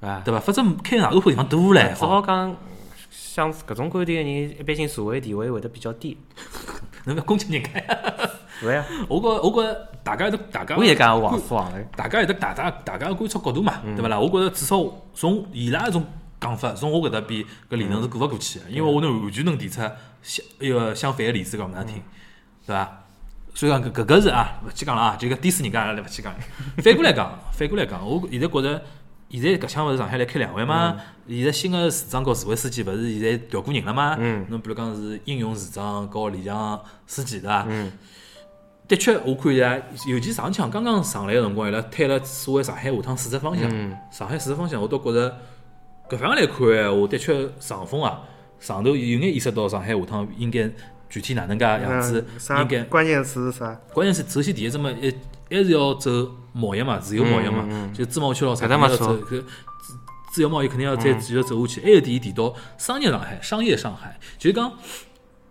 啊，对伐？否则开奶茶铺地方多唻，只好好讲像搿种观点的人，一般性社会地位会得比较低，侬勿要攻击人家。是呀，我觉我觉着大家有得大家我嗯也讲王思王嘞，大家有得大家大家个观察角度嘛，对勿啦？我觉着至少从伊拉一种讲法，从我搿搭边搿理论是过勿过去个，嗯因为我能完全能提出相一个相反个例子讲拨㑚嗯听，对伐？所以讲搿搿个是啊，勿去讲了啊，就搿低俗人家阿拉勿去讲了。 反过来讲，反过来讲，我现在觉着。现在搿项物事上海来开两会嘛？现在新个市长和市委书记勿是现在调过人了嘛？嗯侬比如讲是应勇市长和李强书记对伐？嗯，啊的确，我看伊拉，尤其上抢刚刚上来个辰光，伊拉推了所谓上海下趟四只方向。嗯上海四只方向，我倒觉着搿方面来看个话，的确上风啊，上头有眼意识到上海下趟应该具体哪能介样子，嗯啥应该关键词是啥？关键是首先第一只嘛，一呃还是要走贸易嘛，自由贸易嗯嘛，就自贸区咯啥，搿搭肯定没要走错搿自自由贸易肯定要嗯再继续走下去。还有第一提到商业上海，商业上海，就是讲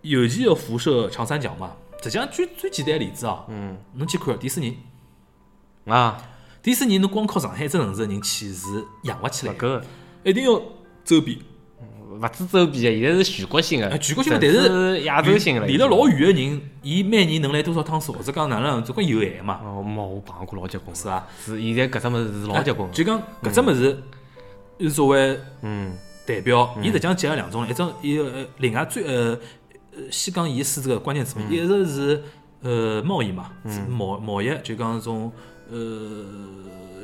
尤其要辐射长三角嘛。实际上最最简单个例子啊，嗯侬去看迪士尼，啊，迪士尼侬光靠上海一只城市个人去是养勿起勿来够的，的，一定要周边。勿止周边的，现在是全国性哎的，全国性的甚但是至亚洲性的，离了老远个人，伊每年能来多少趟数，或者讲哪能总归有限嘛，哦，冇我碰过老结棍是的，伐？是啊现在搿只物事是老结棍嗯啊的，就讲搿只物事是作为嗯代表，伊实际上结合两种，一种伊个呃另外最呃，呃先讲伊四个关键词嗯嘛，一个是呃贸易嘛，是贸贸易就讲种呃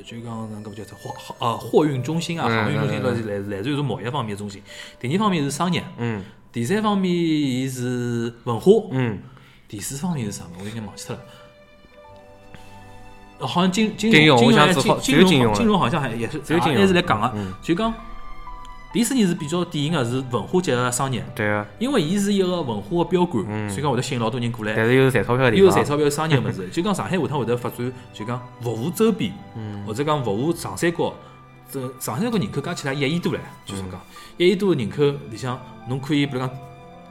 就讲那个叫做货呃货运中心啊，嗯航运中心嗯来来来自于种贸易方面的中心，第二方面是商业，嗯第三方面伊是文化，嗯，第四方面是啥嘛？我有点忘记脱了。好像金金金融融金我融还想是金好金只有金融融金融好像还也是只有金融啊还是来讲个嗯，就讲迪士尼是比较典型个是文化结合商业，对啊，因为伊是一个文化个标杆，嗯所以讲会得吸引老多人过来。但是又是赚钞票的地又有方，赚钞票有商业物事，就讲上海下趟会得发展，就讲服务周边，嗯或者讲服务长三角，这长三角人口加起来一亿多唻，就是讲嗯一亿多的人口里向，侬可以比如讲，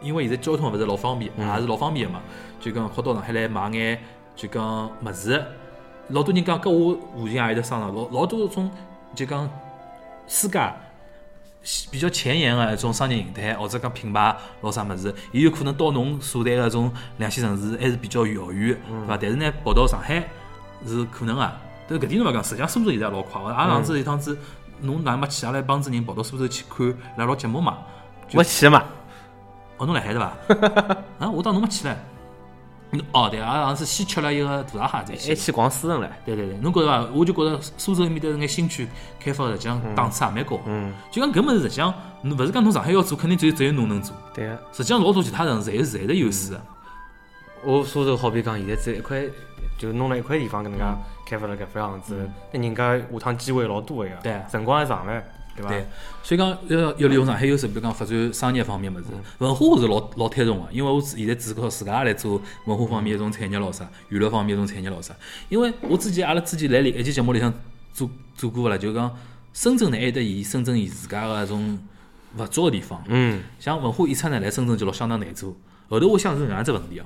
因为现在交通勿是老方便，嗯也是老方便个嘛，就讲好到上海来买眼就讲物事，老多人讲搿我附近也有得商场，老老多种就讲私家。比较前沿的一种商业形态，或者讲品牌老啥物事，伊有可能到侬所在个种两线城市还是比较遥远，对伐？但是呢，跑到上海是可能啊。但是搿点侬勿讲，实际上苏州现在也老快个。阿拉上次一趟子，侬哪能没去？阿拉一帮子人跑到苏州去看伊拉老节目嘛。没去嘛，哦，侬辣海对伐？啊，我当侬没去唻。侬哦，对，阿拉上次先吃了一个大闸蟹再去还。去逛私人了，对对对，侬觉着伐？我就觉着苏州埃面搭是眼新区开发，实际上档次也蛮高。嗯，就讲搿物事，实际上侬勿是讲侬上海要做，肯定只有只有侬能做。对啊。实际上老多其他城市侪有侪有得优势的。我苏州好比讲，现在只有一块，就弄了一块地方，搿能嗯介开发了搿副样子，那人家下趟机会老多个呀，对啊辰光也长唻，对伐？对，所以讲呃要要利用上海优势，比如讲发展商业方面物事，嗯文化我是老老推崇个，啊因为我自现在只靠自家来做文化方面一种产业咯啥，娱乐啊方面一种产业咯啥。因为我之前阿拉之前来里一期节目里向做做过个啦，就讲深圳呢，还有得伊深圳伊自家个一种勿足个地方。嗯，像文化遗产呢，来深圳就老相当难做。后头我想是哪能只问题啊？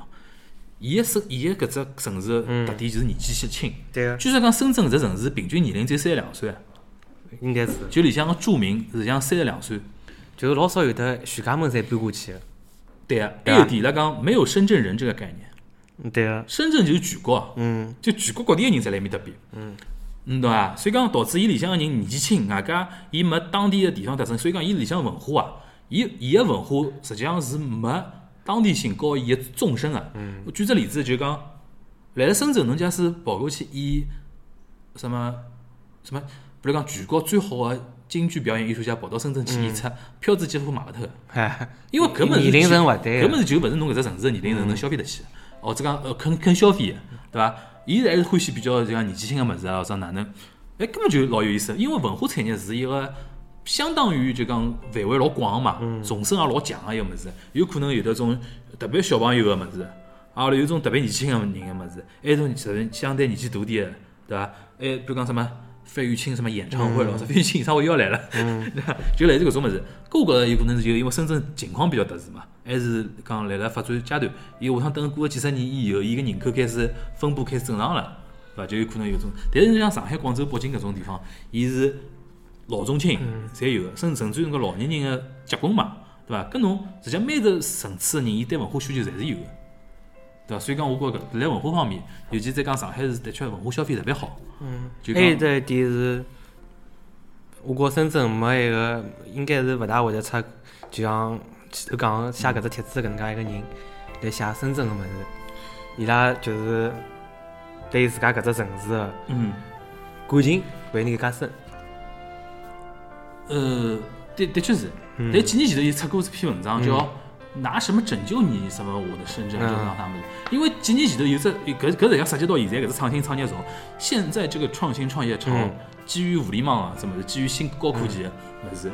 伊个深，伊个搿只城市嗯的特点就是年纪轻。对个，据说讲深圳搿只城市平均年龄只有三十两岁啊，应该是，就里向个住民实际上三十两岁。就是老少有的徐家门才搬过去的。对啊，还对啊有点伊拉讲没有深圳人这个概念，嗯对个，深圳就是全国啊。 嗯，就全国各地个人侪来埃面搭比，嗯，侬懂伐？所以讲导致伊里向个人年纪轻，外加伊没当地个地方特征，所以讲伊里向文化啊，伊伊个文化实际上是没当地性高伊个纵深个。嗯，我举只例子就讲，来了深圳，侬假使跑过去以什么什么，比如讲全国最好个京剧表演艺术家跑到深圳去演出，票子几乎买勿脱个。哎，因为搿物事年龄层勿对搿物事就勿是侬搿只城市的年龄层能消费得起，或者讲呃肯肯消费的，对伐？伊还是欢喜比较就讲年纪轻个物事啊，或者哪能？哎，根本就老有意思，因为文化产业是一个相当于就讲范围老广个嘛，纵深也老强个一个物事，有可能有得种特别小朋友个物事，啊，有种特别年轻个人个物事，还有种特别相对年纪大点个，对伐？还比如讲什么费玉清什么演唱会咯，费玉清演唱会又要来了，对伐就类似搿种物事。搿我觉着有可能是就因为深圳情况比较特殊嘛，还是讲辣辣发展阶段，伊下趟等过了几十年以后，伊个人口开始分布开始正常了，对伐？就有可能有种。但是像上海、广州、北京搿种地方，伊是老中青嗯侪有个，甚甚至于搿老年人个结棍嘛，对伐？搿侬实际上每个层次个人，伊对文化需求侪是有个。对伐？所以讲，我觉着搿辣文化方面，尤其再讲上海是的确文化消费特别好。嗯，就还有讲得一点是，我觉深圳没一个，应该是勿大会得出，就像前头讲的写搿只帖子搿能介一个人来写深圳个物事，伊拉就是对自家搿只城市个嗯。感情会那个加深。呃，的的确是，嗯但几年前头伊出过一篇文章，叫“拿什么拯救你”什么我的深圳，嗯就是让他们，因为几年前头有只有搿搿实际上涉及到现在搿只创新创业潮，现在这个创新创业潮嗯基于互联网啊，什么是基于新高科技的物事，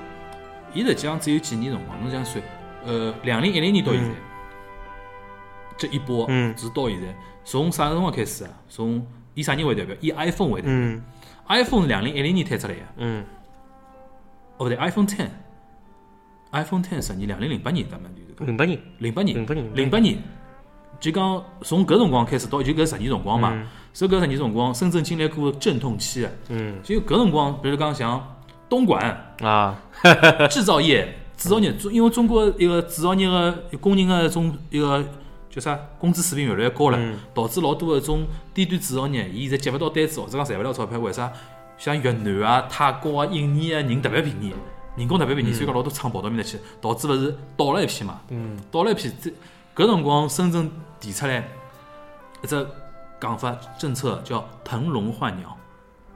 伊实际上只有几年辰光，侬这样算，呃，两零一零年到现在，这一波嗯直到现在，从啥辰光开始啊？从以啥人为代表？以 iPhone 为代表嗯，iPhone 两零一零年推出来个。嗯哦，不对，iPhone Ten，iPhone Ten 十啊年，两零零八年，咱们就是零八年，零八年， 08年零八年，就讲从搿辰光开始到就搿十年辰光嘛，所以搿十年辰光，深圳经历过阵痛期啊，嗯就搿辰光，比如讲像东莞啊，制造业，制造业，中因为中国一个制造业个工人个种一个叫啥工资水平越来越高了，导致老多个种低端制造业，伊现在接勿到单子，或者讲赚勿到钞票，为啥？像越南啊、泰国啊、印尼啊，人特别便宜，人工特别便宜，所以讲老多厂跑到面搭去，导致勿是倒了一批嘛。嗯，倒了一批，这搿辰光深圳提出来一只讲法政策叫“腾笼换鸟”，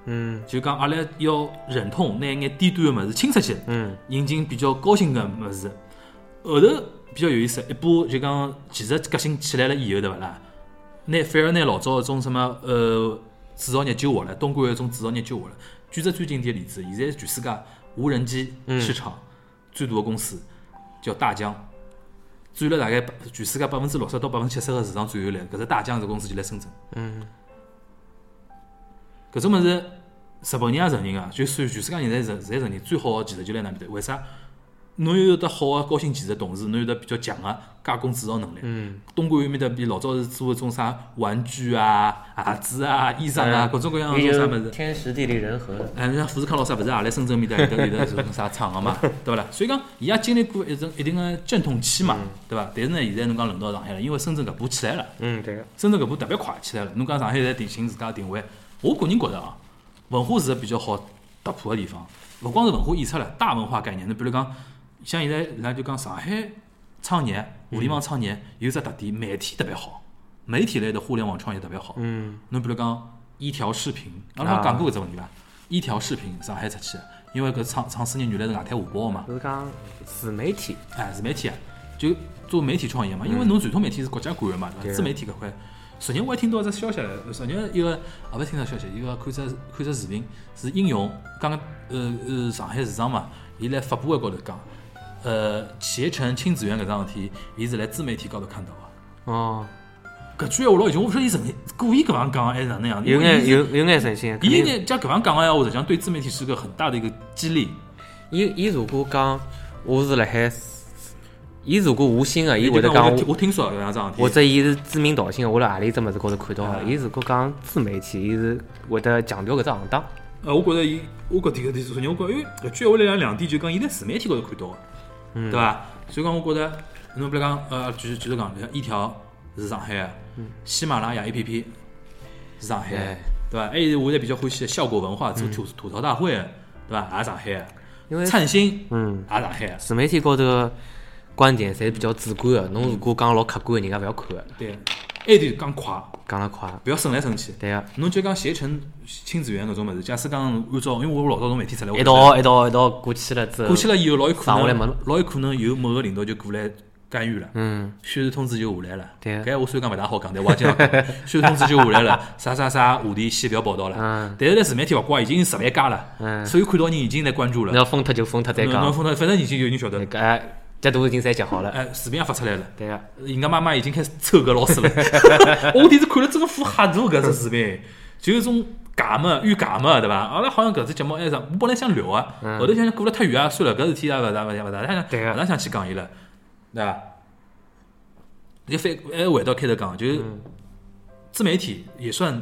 嗯就讲阿拉要忍痛拿一眼低端个物事清出去，嗯引进比较高新个物事。后头比较有意思，一波就讲技术革新起来了以后，对勿啦？拿反而拿老早搿种什么呃制造业救活了，东莞有一种制造业救活了。举只最经典的例子，现在全世界无人机市场最大的公司叫大疆，占了大概百全世界百分之六十到百分之七十个市场占有率。搿只大疆这公司就辣深圳。嗯搿种物事，日本人也承认啊，就算全世界人侪承侪承认，最好个技术就辣那边头。为啥？侬有得好个高新技术，同时侬有得比较强个加工制造能力。嗯，东莞有面搭比老早是做搿种啥玩具啊、鞋子啊、衣裳哎啊，各种各样个种啥物事。呃天时地利人和，哎，像富士康老师勿是也来深圳面搭有得有得种啥厂个嘛，对勿啦？所以讲，伊也经历过一种一定个阵痛期嘛，对伐？但是呢，现在侬讲轮到上海了，因为深圳搿波起来了。嗯对个，深圳搿步特别快起来了。侬讲上海现在定寻自家定位，我个人觉着啊，文化是个比较好突破个地方。勿光是文化演出了，大文化概念，侬比如讲，像现在人家就讲上海创业、互联网创业有只特点，媒体特别好，媒体类的互联网创业特别好。嗯侬比如讲一条视频，阿拉好像讲过搿只问题伐？一条视频上海出去，因为搿创创始人原来是外滩画报个嘛，就是讲自媒体，哎，自媒体啊，就做媒体创业嘛，因为侬传统媒体是国家管的嘛，对对伐？自媒体搿块，昨日我还听到一只消息来，昨日一个啊勿是听到消息，一个看只看只视频，是应用刚刚呃呃上海市长嘛，伊来发布会高头讲，呃携程亲子园搿桩事体，伊是来自媒体高头看到个。哦，搿句闲话老有劲，我勿晓得伊是故意搿样讲还是哪能样。有因眼为有有眼神性。肯伊伊定呢，讲搿样讲个闲话，实际上对自媒体是个很大的一个激励。伊伊如果讲我是辣海，伊如果无心啊个，伊伊会得就讲讲，我我听我听说有样桩事体，或者伊是知名导性，我辣何里只物事高头看到啊的。伊如果讲自媒体，伊是会得强调搿只行当。呃，我觉着伊，我搿点搿点，首先我觉着，因为搿句闲话来讲两点，就讲伊在自媒体高头看到个，嗯对伐？所以讲，我觉着，侬比如讲，呃，继续继续讲，比如一条是上海个，喜马拉雅 A P P 是上海的嗯哎，嗯对伐？还有我现在比较欢喜个效果文化做吐吐槽大会的，对伐？也上海的，因为灿星嗯，也上海的，自媒体高头的观点侪比较主观个，侬如果讲老客观的，人家勿要看个，对，还有就是讲快，讲了快。勿要省来省去。对啊个，侬就讲携程亲子园搿种物事，假使讲按照，因为我老早从媒体出来，我一道一道一道过去了之后，过去了以后，老有可省下来没能了，老有可能有某个领导就过来干预了。嗯，宣传通知就下来了，对啊搿闲话虽然讲勿大好讲，但我也经常 讲，宣传通知就下来了，啥啥啥话题先勿要报道了嗯。但是在自媒体勿怪，已经十万加了，嗯所有看到人已经在关注侬了。要封脱就封脱再侬侬讲，反正反正已经有人晓得那，个哎截图已经侪截好了，嗯哎，视频也发出来了，对啊个，人家妈妈已经开始抽搿老师了。我第一次看了真个副吓大搿只视频，就有种假么遇假么对伐？阿拉好像搿只节目还上，我本来想聊啊，后头想想过了太远啊，算了，搿事体也勿大勿大勿大想对啊勿大想去讲伊了，对伐？就反还回到开头讲，就是自媒体也算。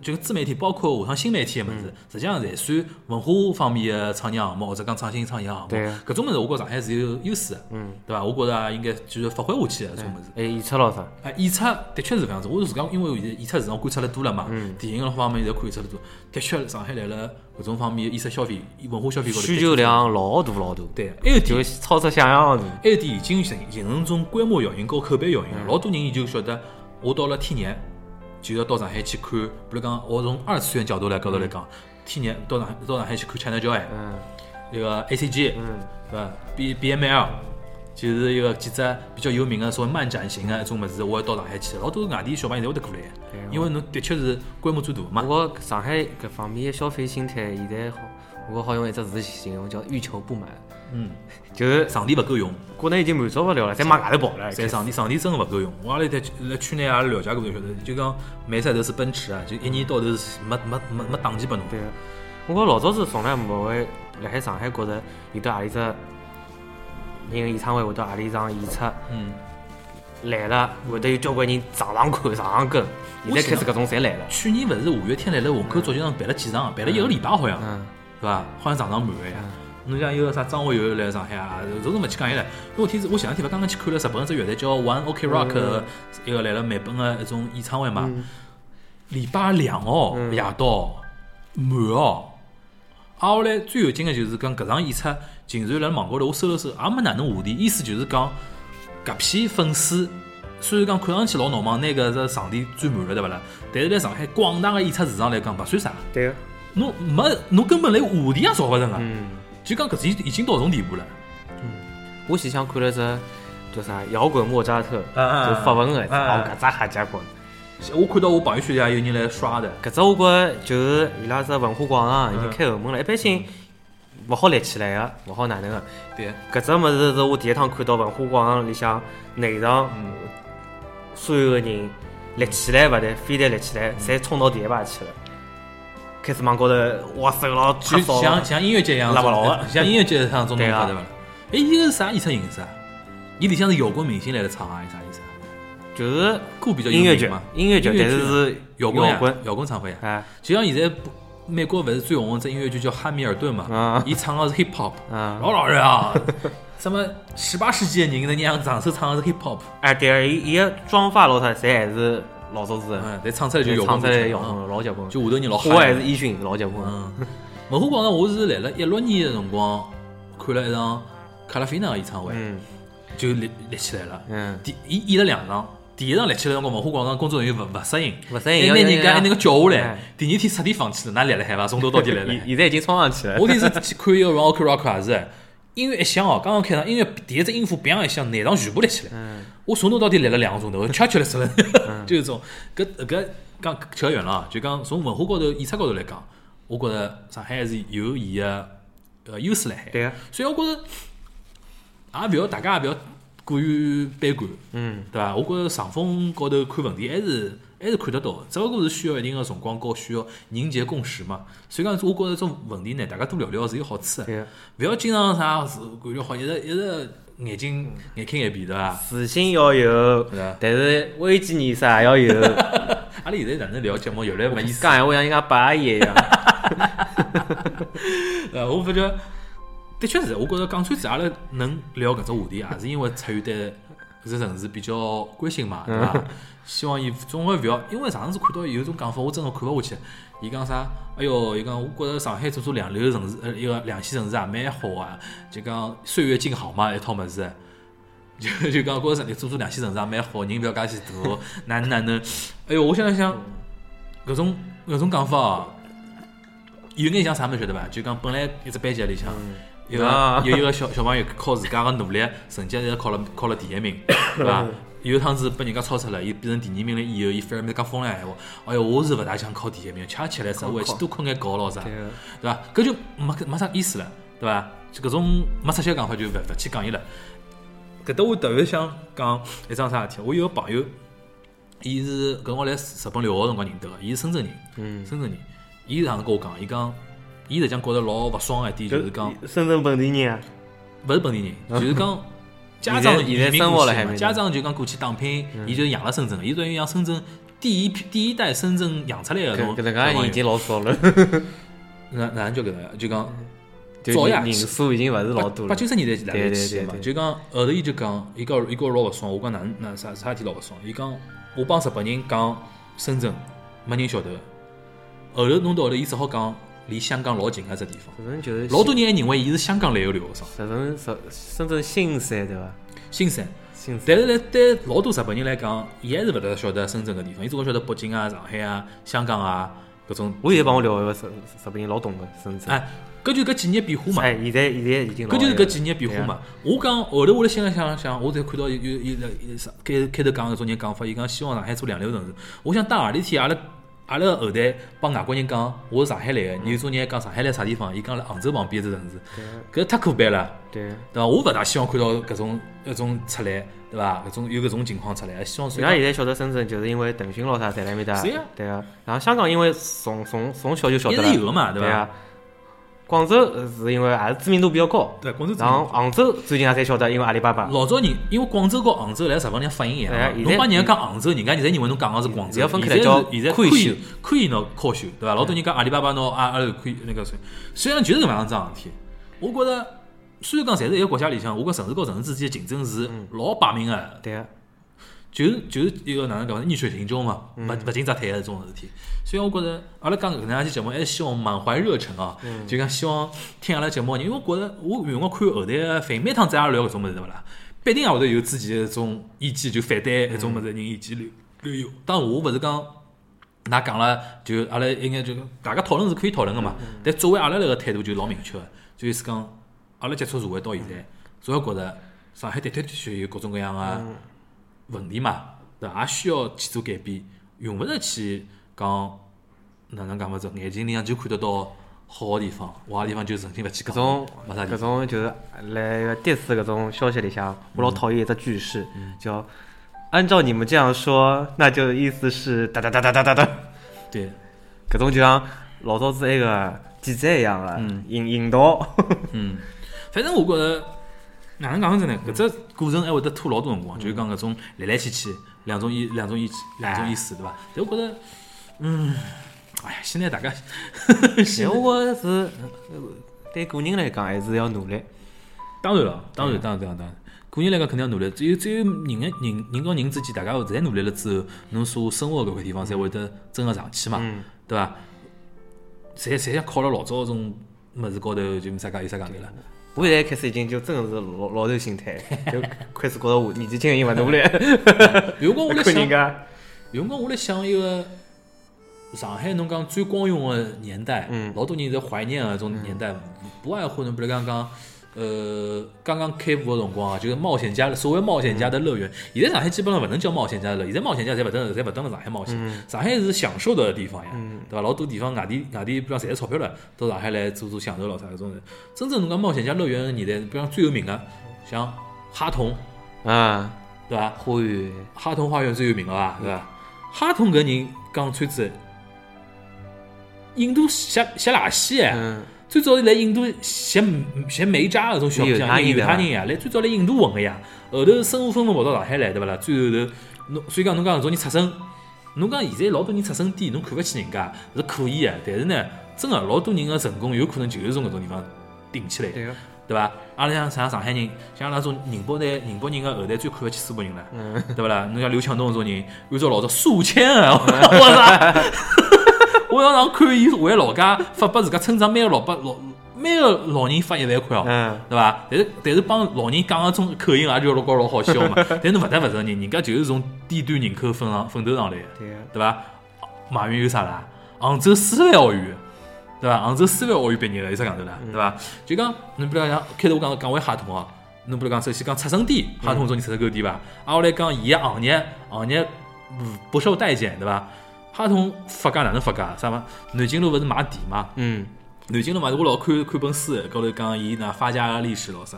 就自媒体包括下趟新媒体个物事，实际上侪算文化方面个创业项目，或者讲创新创业项目。对啊搿种物事，我觉上海是有优势个，对伐？我觉着也应该继续发挥下去个搿种物事。哎，演出老啥？哎，演出的确是搿样子。我是自家，因为我现在演出市场观察了多了嘛，嗯电影搿方面侪看演出了多。的确，上海来了搿种方面的艺术消费、文化消费高头需求。量老大老大，对，还有就点，超出想象的。还有点已经形形成种规模效应和口碑效应嗯了。老多人伊就晓得，我到了天热就要到上海去看，比如讲，我从二次元角度来高头来讲，天热到上海到上海去看 China Joy，嗯那个 ACG，嗯对伐？B B M L，就是一个几只比较有名个稍微漫展型个一种物事，我要到上海去，老多外地小朋友侪会得过来的对，因为侬的确是规模最大的不嘛。过上海搿方面的消费心态现在好，我好用一只词形容叫欲求不满，嗯，就是场地勿够用，国内已经满足不了了，侪往外头跑了。在场地场地真个勿够用。我阿拉在辣圈内也了解过，就晓得，就讲每赛头是奔驰啊，就一年到头是没没没没档期拨侬。对个，我觉老早子从来勿会辣海上海觉着有得何里只人演唱会会得何里场演出嗯，来了，会得有交关人上上看上上跟，现在开始搿种侪来了。去年勿是五月天来了虹口足球场办了几场，啊办了一个礼拜好像。嗯，对伐？好像场场满个呀。侬像有个啥张学友来上海啊，总是勿去讲伊了。因为我天我前两天勿刚刚去看了日本只乐队叫 One OK Rock 的一个来了美本个一种演唱会嘛，礼拜两哦夜到满哦。啊，后来最有劲个就是讲搿场演出，竟然辣网高头我搜了搜，也没哪能话题，意思就是讲搿批粉丝。虽然讲看上去老闹忙，拿搿只场地占满了，对勿啦？但是来上海广大个演出市场来讲，勿算啥。对个，侬没侬根本连话题也找勿着啊！嗯，就讲搿是已已经到搿种地步了。我前想看了只叫啥摇滚莫扎特，啊啊就法文个，啊啊哦，搿只瞎结棍。我看到我朋友圈里也有人来刷的，搿只我觉着就是伊拉只文化广嗯场已经开后门了，一般性勿好立起来个，勿好哪能个。对，搿只物事是我第一趟看到文化广场里向内场嗯所有个人立起来勿对，非得立起嗯来，侪冲到第一排去了，开始往高头握手咯、就拍照咯像。像音乐节一样，拉不牢的像音乐节像这种弄法对对伐啊？哎，伊个是啥演出形式啊？伊里向是摇滚明星来了唱啊，还是啥意思啊？就是歌比较有音乐名剧嘛，音乐剧，音乐但剧是是摇滚摇呀滚，摇滚唱法呀。哎，就像现在不美国勿是最红的只音乐剧叫《哈密尔顿》嘛啊， 伊唱的是 hip hop，嗯老老人啊，什么十八世纪的人在那样上手唱的是 hip hop，哎，对个，伊伊个妆发老啥，侪还是老早子的，嗯，但唱出来就摇滚唱出歌来曲，摇嗯滚，老结棍。就下头人老我嗨还。是依循老结棍。嗯，文化广场我是来了一六年的辰光看了一场卡拉菲娜的演唱会，嗯就立立起来了。嗯，第伊演了两场，第一场立起来的辰光，文化广场工作人员勿勿适应，勿适应还要拿要人家要还那个叫下来哎。第二天彻底放弃了，㑚立了海伐？从头到底立了海 现。现在已经冲上去了。我第一次去看一个 Rock Rock 也是，音乐一响哦，刚刚开场，音乐第一只音符 bang 一响，内场全部立起来。嗯我从头到底立了两个 钟头，吃吃了死了， 就是种搿搿讲扯远了啊，就讲从文化高头、演出高头来讲，我觉着上海还是有伊个呃优势辣海。对啊所以我觉着也勿要大家也勿要过于悲观，嗯，对伐？我觉着上风高头看问题还是还是看得到的，只不过是需要一定的辰光和需要凝结共识嘛。所以讲，我觉着种问题呢，大家多聊聊是有好处的，对，啊勿要经常啥是感觉好一直一直眼睛嗯眼看眼闭，对伐？自信要有对啊，但是危机意识啊也要有。阿拉现在哪能聊节目越来 越没意思。讲闲话像人家八阿姨一样。呃，我发觉的确是，我觉着讲穿子阿拉能聊搿只话题，也是因为出于对搿只城市比较关心嘛，对伐？希望伊总归勿要，因为上次看到有种讲法，我真个看勿下去。伊讲啥？哎哟，伊讲我觉着上海做做两流城市，呃，一个两线城市啊，蛮好啊。就讲岁月静好嘛，一套物事。就 就讲觉着上海做做两线城市也啊蛮好，人勿要介许多，哪能哪能？哎哟，我想了想，搿种搿种讲法啊。有眼像啥么晓得伐？就讲本来一只班级里向，有个啊有一个小小朋友靠自家个努力，成绩侪考了考了第一 名，对伐？有一趟子被人家超出了，伊变成第二名了以后，伊反而面讲风凉闲话，哎哟，我是勿大想考第一名，吃也吃来塞，回去多困眼觉咯啥，对啊 对伐？啊搿就没没啥意思了，对伐？就搿种没出息个讲法就勿勿去讲伊了。搿搭我特别想讲一桩啥事体，我有个朋友。伊是搿辰光来日本留学辰光认得个，伊是深圳人，嗯，深圳人。伊上次跟我讲，伊讲，伊实际上觉着老勿爽个一点，就是讲，深圳本地人啊，勿是本地嗯人，就是讲家长移现在民生过活去了海嘛，面家长就讲过去打拼，嗯伊就养了深圳个，伊等于养深圳第一批第一代深圳养出来个搿种搿能介人已经老少 了，哪哪能叫搿能，就讲就早呀人人数已经勿是老多八了。九十年代来对得对起对嘛，对就讲后头伊就讲，伊讲伊讲老勿爽，我讲哪能哪啥啥事体老勿爽，伊讲我帮日本人讲深圳，没人晓得。后头弄到后头，伊只好讲离香港老近个只地方，深圳就是老多人还认为伊是香港来个留学生，深圳深深圳新山对伐？新山。新山但是来对老多日本人来讲，伊还是勿大晓得深圳个地方，伊总归晓得北京啊、上海啊、香港啊搿种。我现在帮我聊一个日日本人老懂个深圳。哎，搿就搿几年变化嘛。哎，啊现在现在已经老搿就是了搿几年变化嘛。我讲后头我辣心里想想，我才看到有有有有啥开开头讲搿种人讲法，伊讲希望上海做两流城市。我想当何里天阿拉阿拉后代帮外国人讲我是上海来个，有种人还讲上海来啥地方，伊讲辣杭州旁边一只城市，搿太可悲了。对啊。对伐？我勿大希望看到搿种搿种出来，对伐？搿种有搿种情况出来，希望人虽家然现在晓得深圳，就是因为腾讯咯啥在那面搭是呀，对啊。然后香港因为从从从小就晓一得直了，有个嘛，对伐？啊。广州呃是因为还是知名度比较高，对，广州这然边后杭州最近也才晓得，因为阿里巴巴。老早人，因为广州和杭州来日本人发音一样哎嘛，现侬在帮人家讲杭州，人家现在认为侬讲的是广州，现在分开现在来是叫现在亏以秀可以喏靠秀，对伐？老多人讲阿里巴巴喏啊阿里可以那个谁，实际上就是搿能样桩事体。我觉着虽然讲侪是一个国家里向，我觉城市和城市之间竞争是嗯老摆明个，对啊。就是就是一个哪能讲，逆水行舟嘛，勿勿进则退个这种事体。所以我觉着阿拉讲搿能样些节目，还是希望满怀热忱啊，就讲希望听阿拉节目的人，因为我觉着我有辰光看后台个反每趟子阿拉聊搿种物事对勿啦，必定也会得有自己的一种意见，就反对搿种物事的人意见流流有。当然我勿是讲。㑚讲了，就阿拉应该就大家讨论是可以讨论个嘛。但作为阿拉那个态度就老明确个，就是讲阿拉接触社会到现在，总要觉着上海的的确确有各种各样个问题嘛，对伐？也需要去做改变，用勿着去讲哪能讲法子，眼睛里向就看得到好个地方，坏个地方就存心勿去搿讲，种没啥地方。搿种就是来个电视搿种消息里向，我老嗯讨厌一只句式，叫按照你们这样说，那就意思是哒哒哒哒哒哒哒，对，搿种就像老早子那个记者一样的引引导，嗯，反正我觉着哪能讲法子呢？搿只嗯过程还会得拖老多辰光，就是讲搿种来来去去两种意两种意两种意思，对伐？但我觉着，嗯，哎呀，现在大 家，其实我觉着是呃对个人来讲还是要努力，当然了，嗯当然，当然，当然，当然。个人来讲肯定要努力，只有只有人个人人和人之间，大家侪努力了之后，侬所生活的搿块地方才会得真个上去嘛，嗯对伐？侪侪像靠了老早搿种物事高头，就没啥讲有啥讲头 了。我现在开始已经就真的是老老头心态， 就开始觉着我年纪轻人勿努力，有辰光我辣 看人想，家，有辰光我辣想一个上海，侬讲最光荣个年代，老多人在怀念个种年代，不外乎侬比如讲讲，呃，刚刚开埠个辰光啊，就是冒险家，所谓冒险家的乐园。现在上海基本上勿能叫冒险家了，现在冒险家侪勿登，侪勿登了上海冒险。上海是享受的地方呀，对伐？老多地方外地外地，比方赚钞票了，到上海来做做享受咯啥搿种的。真正侬讲冒险家乐园个年代，比方最有名个，像哈同，嗯，对伐？花园，哈同花园最有名个伐，对伐？哈同搿人讲穿子，印度写写垃圾哎，嗯，最早来印度写写美加搿种小姑犹太娘，人犹对伐太人呀，来最早来印度混个呀，后头身无分文跑到上海来，对勿啦？最后头，侬所以讲侬讲搿种人出身，侬讲现在老多人出身低，侬看勿起人家是可以个，但是呢，真个老多人个成功有可能就是从搿种地方顶起来的。对个，对啊伐？阿拉像像上海人，像阿拉种宁波队、宁波人个后代最看勿起苏北人了，对勿啦？侬像刘强东搿种人，按照老早宿迁啊，我操！ 我要让看伊回老家发拨自家村长每个老伯老每个老人发一万块哦。嗯，对伐？但是但是帮老人讲个种口音也就老高老好笑嘛。但是侬勿得勿承认，人家就是从低端人口分上分头上来个。对啊个，对伐？马云有啥啦？杭州师范学院，对伐？杭州师范学院毕业的有啥讲头啦？对伐？就讲侬比如讲，开头我讲讲回哈通哦，侬比如讲首先讲出生点，哈通中人出生够低伐？挨啊下来讲伊个行业，行业嗯不受待见，对伐？哈通发家哪能发家？啥嘛？南京路勿是买地嘛？嗯，南京路嘛，我老看看本书，高头讲伊哪发家个历史咯啥，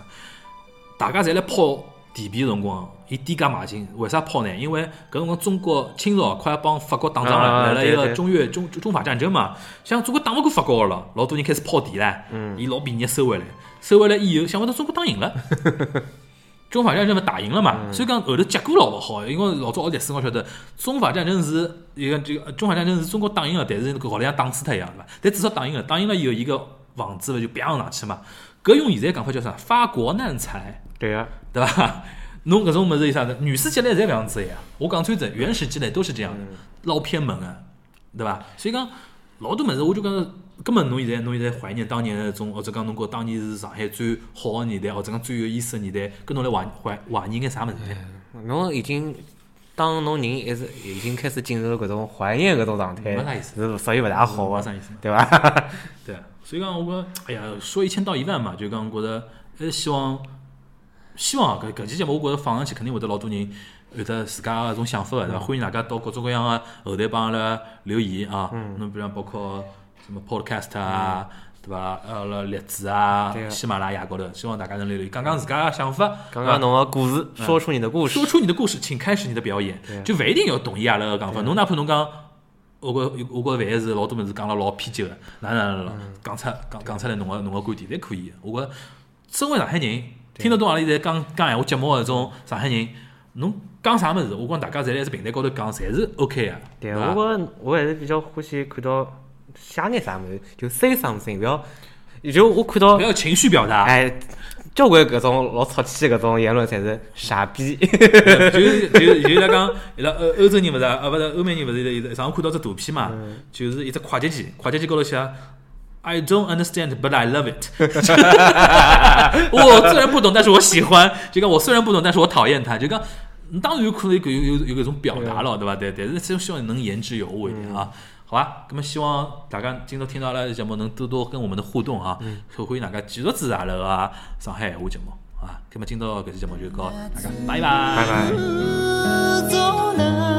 大家侪来抛地皮个辰光，伊低价买进，为啥抛呢？因为搿辰光中国清朝快要帮法国打仗啊了，来了一对个对中越中中法战争嘛，像中国打勿过法国个了，老多人开始抛地唻，嗯伊老便宜收回来，收回来以后，想勿到中国打赢了。中法战争勿打赢了嘛，所以讲后头结果老勿好，因为老早学历史我晓得，中法战争是一个这个中法战争是中国打赢了，但是搿好像打死脱一样对伐？但至少打赢了，打赢了以后伊个房子勿就飙上去嘛？搿用现在讲法叫啥？发国难财，对个，对啊伐？ 侬搿种物事有啥呢？女世界来侪搿样子呀，我讲穿着原始积累都是这样的，捞偏门啊，对伐？所以讲老多物事，我就讲。根本侬现在侬现在怀念当年的那种，或者讲侬觉得当年是上海最好的年代，或者讲最有意思的年代，跟侬来怀怀怀念眼啥物事呢？侬已经当侬人一直已经开始进入搿种怀念搿种状态没啥意，思是属于勿大好没个啥，意思嘛。对伐？ 对，所以讲我觉，哎呀，说一千道一万嘛，就讲觉着还是希望，希望啊搿搿期节目我觉着放上去肯定会得老多人有得自家搿种想法个，对伐？欢迎大家到各种各样个后台帮阿拉留言啊，侬比如讲包括什么 Podcast 啊。对伐？阿拉荔枝啊对啊，喜马拉雅高头，希望大家能留言，讲讲自家个想法。刚对伐刚侬个故事，嗯说出你的故事说，出你的故事，请开始你的表演对啊，就勿一定要同意阿拉个讲法。侬哪怕侬讲，我觉我觉万一是老多物事讲了老偏激个，哪能哪能哪能，嗯讲出讲讲出来侬个侬个观点，侪可以的。我觉身为上海人，听得懂阿拉现在讲讲闲话节目个种上海人，侬讲啥物事，我讲大家侪在平台高头讲，侪是 OK 个，对伐我？觉着我还是比较欢喜看到写眼啥物事，就 say something，勿要，就我看到勿要情绪表达，哎，交关搿种老臭气搿种言论才是 傻逼。就是就是就是在讲，伊拉欧欧洲人勿是啊，啊勿是欧美人勿是现在上趟看到只图片嘛，就是一只快捷键，快捷键高头写。I don't understand, but I love it 。我虽然不懂，但是我喜欢。 就讲我虽然不懂，但是我讨厌它。就讲，嗯当然有可能有有有有搿种表达了，对伐？对，但是希望能言之有物一点啊。好吧，那么希望大家今朝听到阿拉的节目，能多多跟我们的互动啊，后欢迎大家继续支持阿拉个啊上海闲话节目啊。那么今朝搿期节目就到，大家拜拜拜拜。走南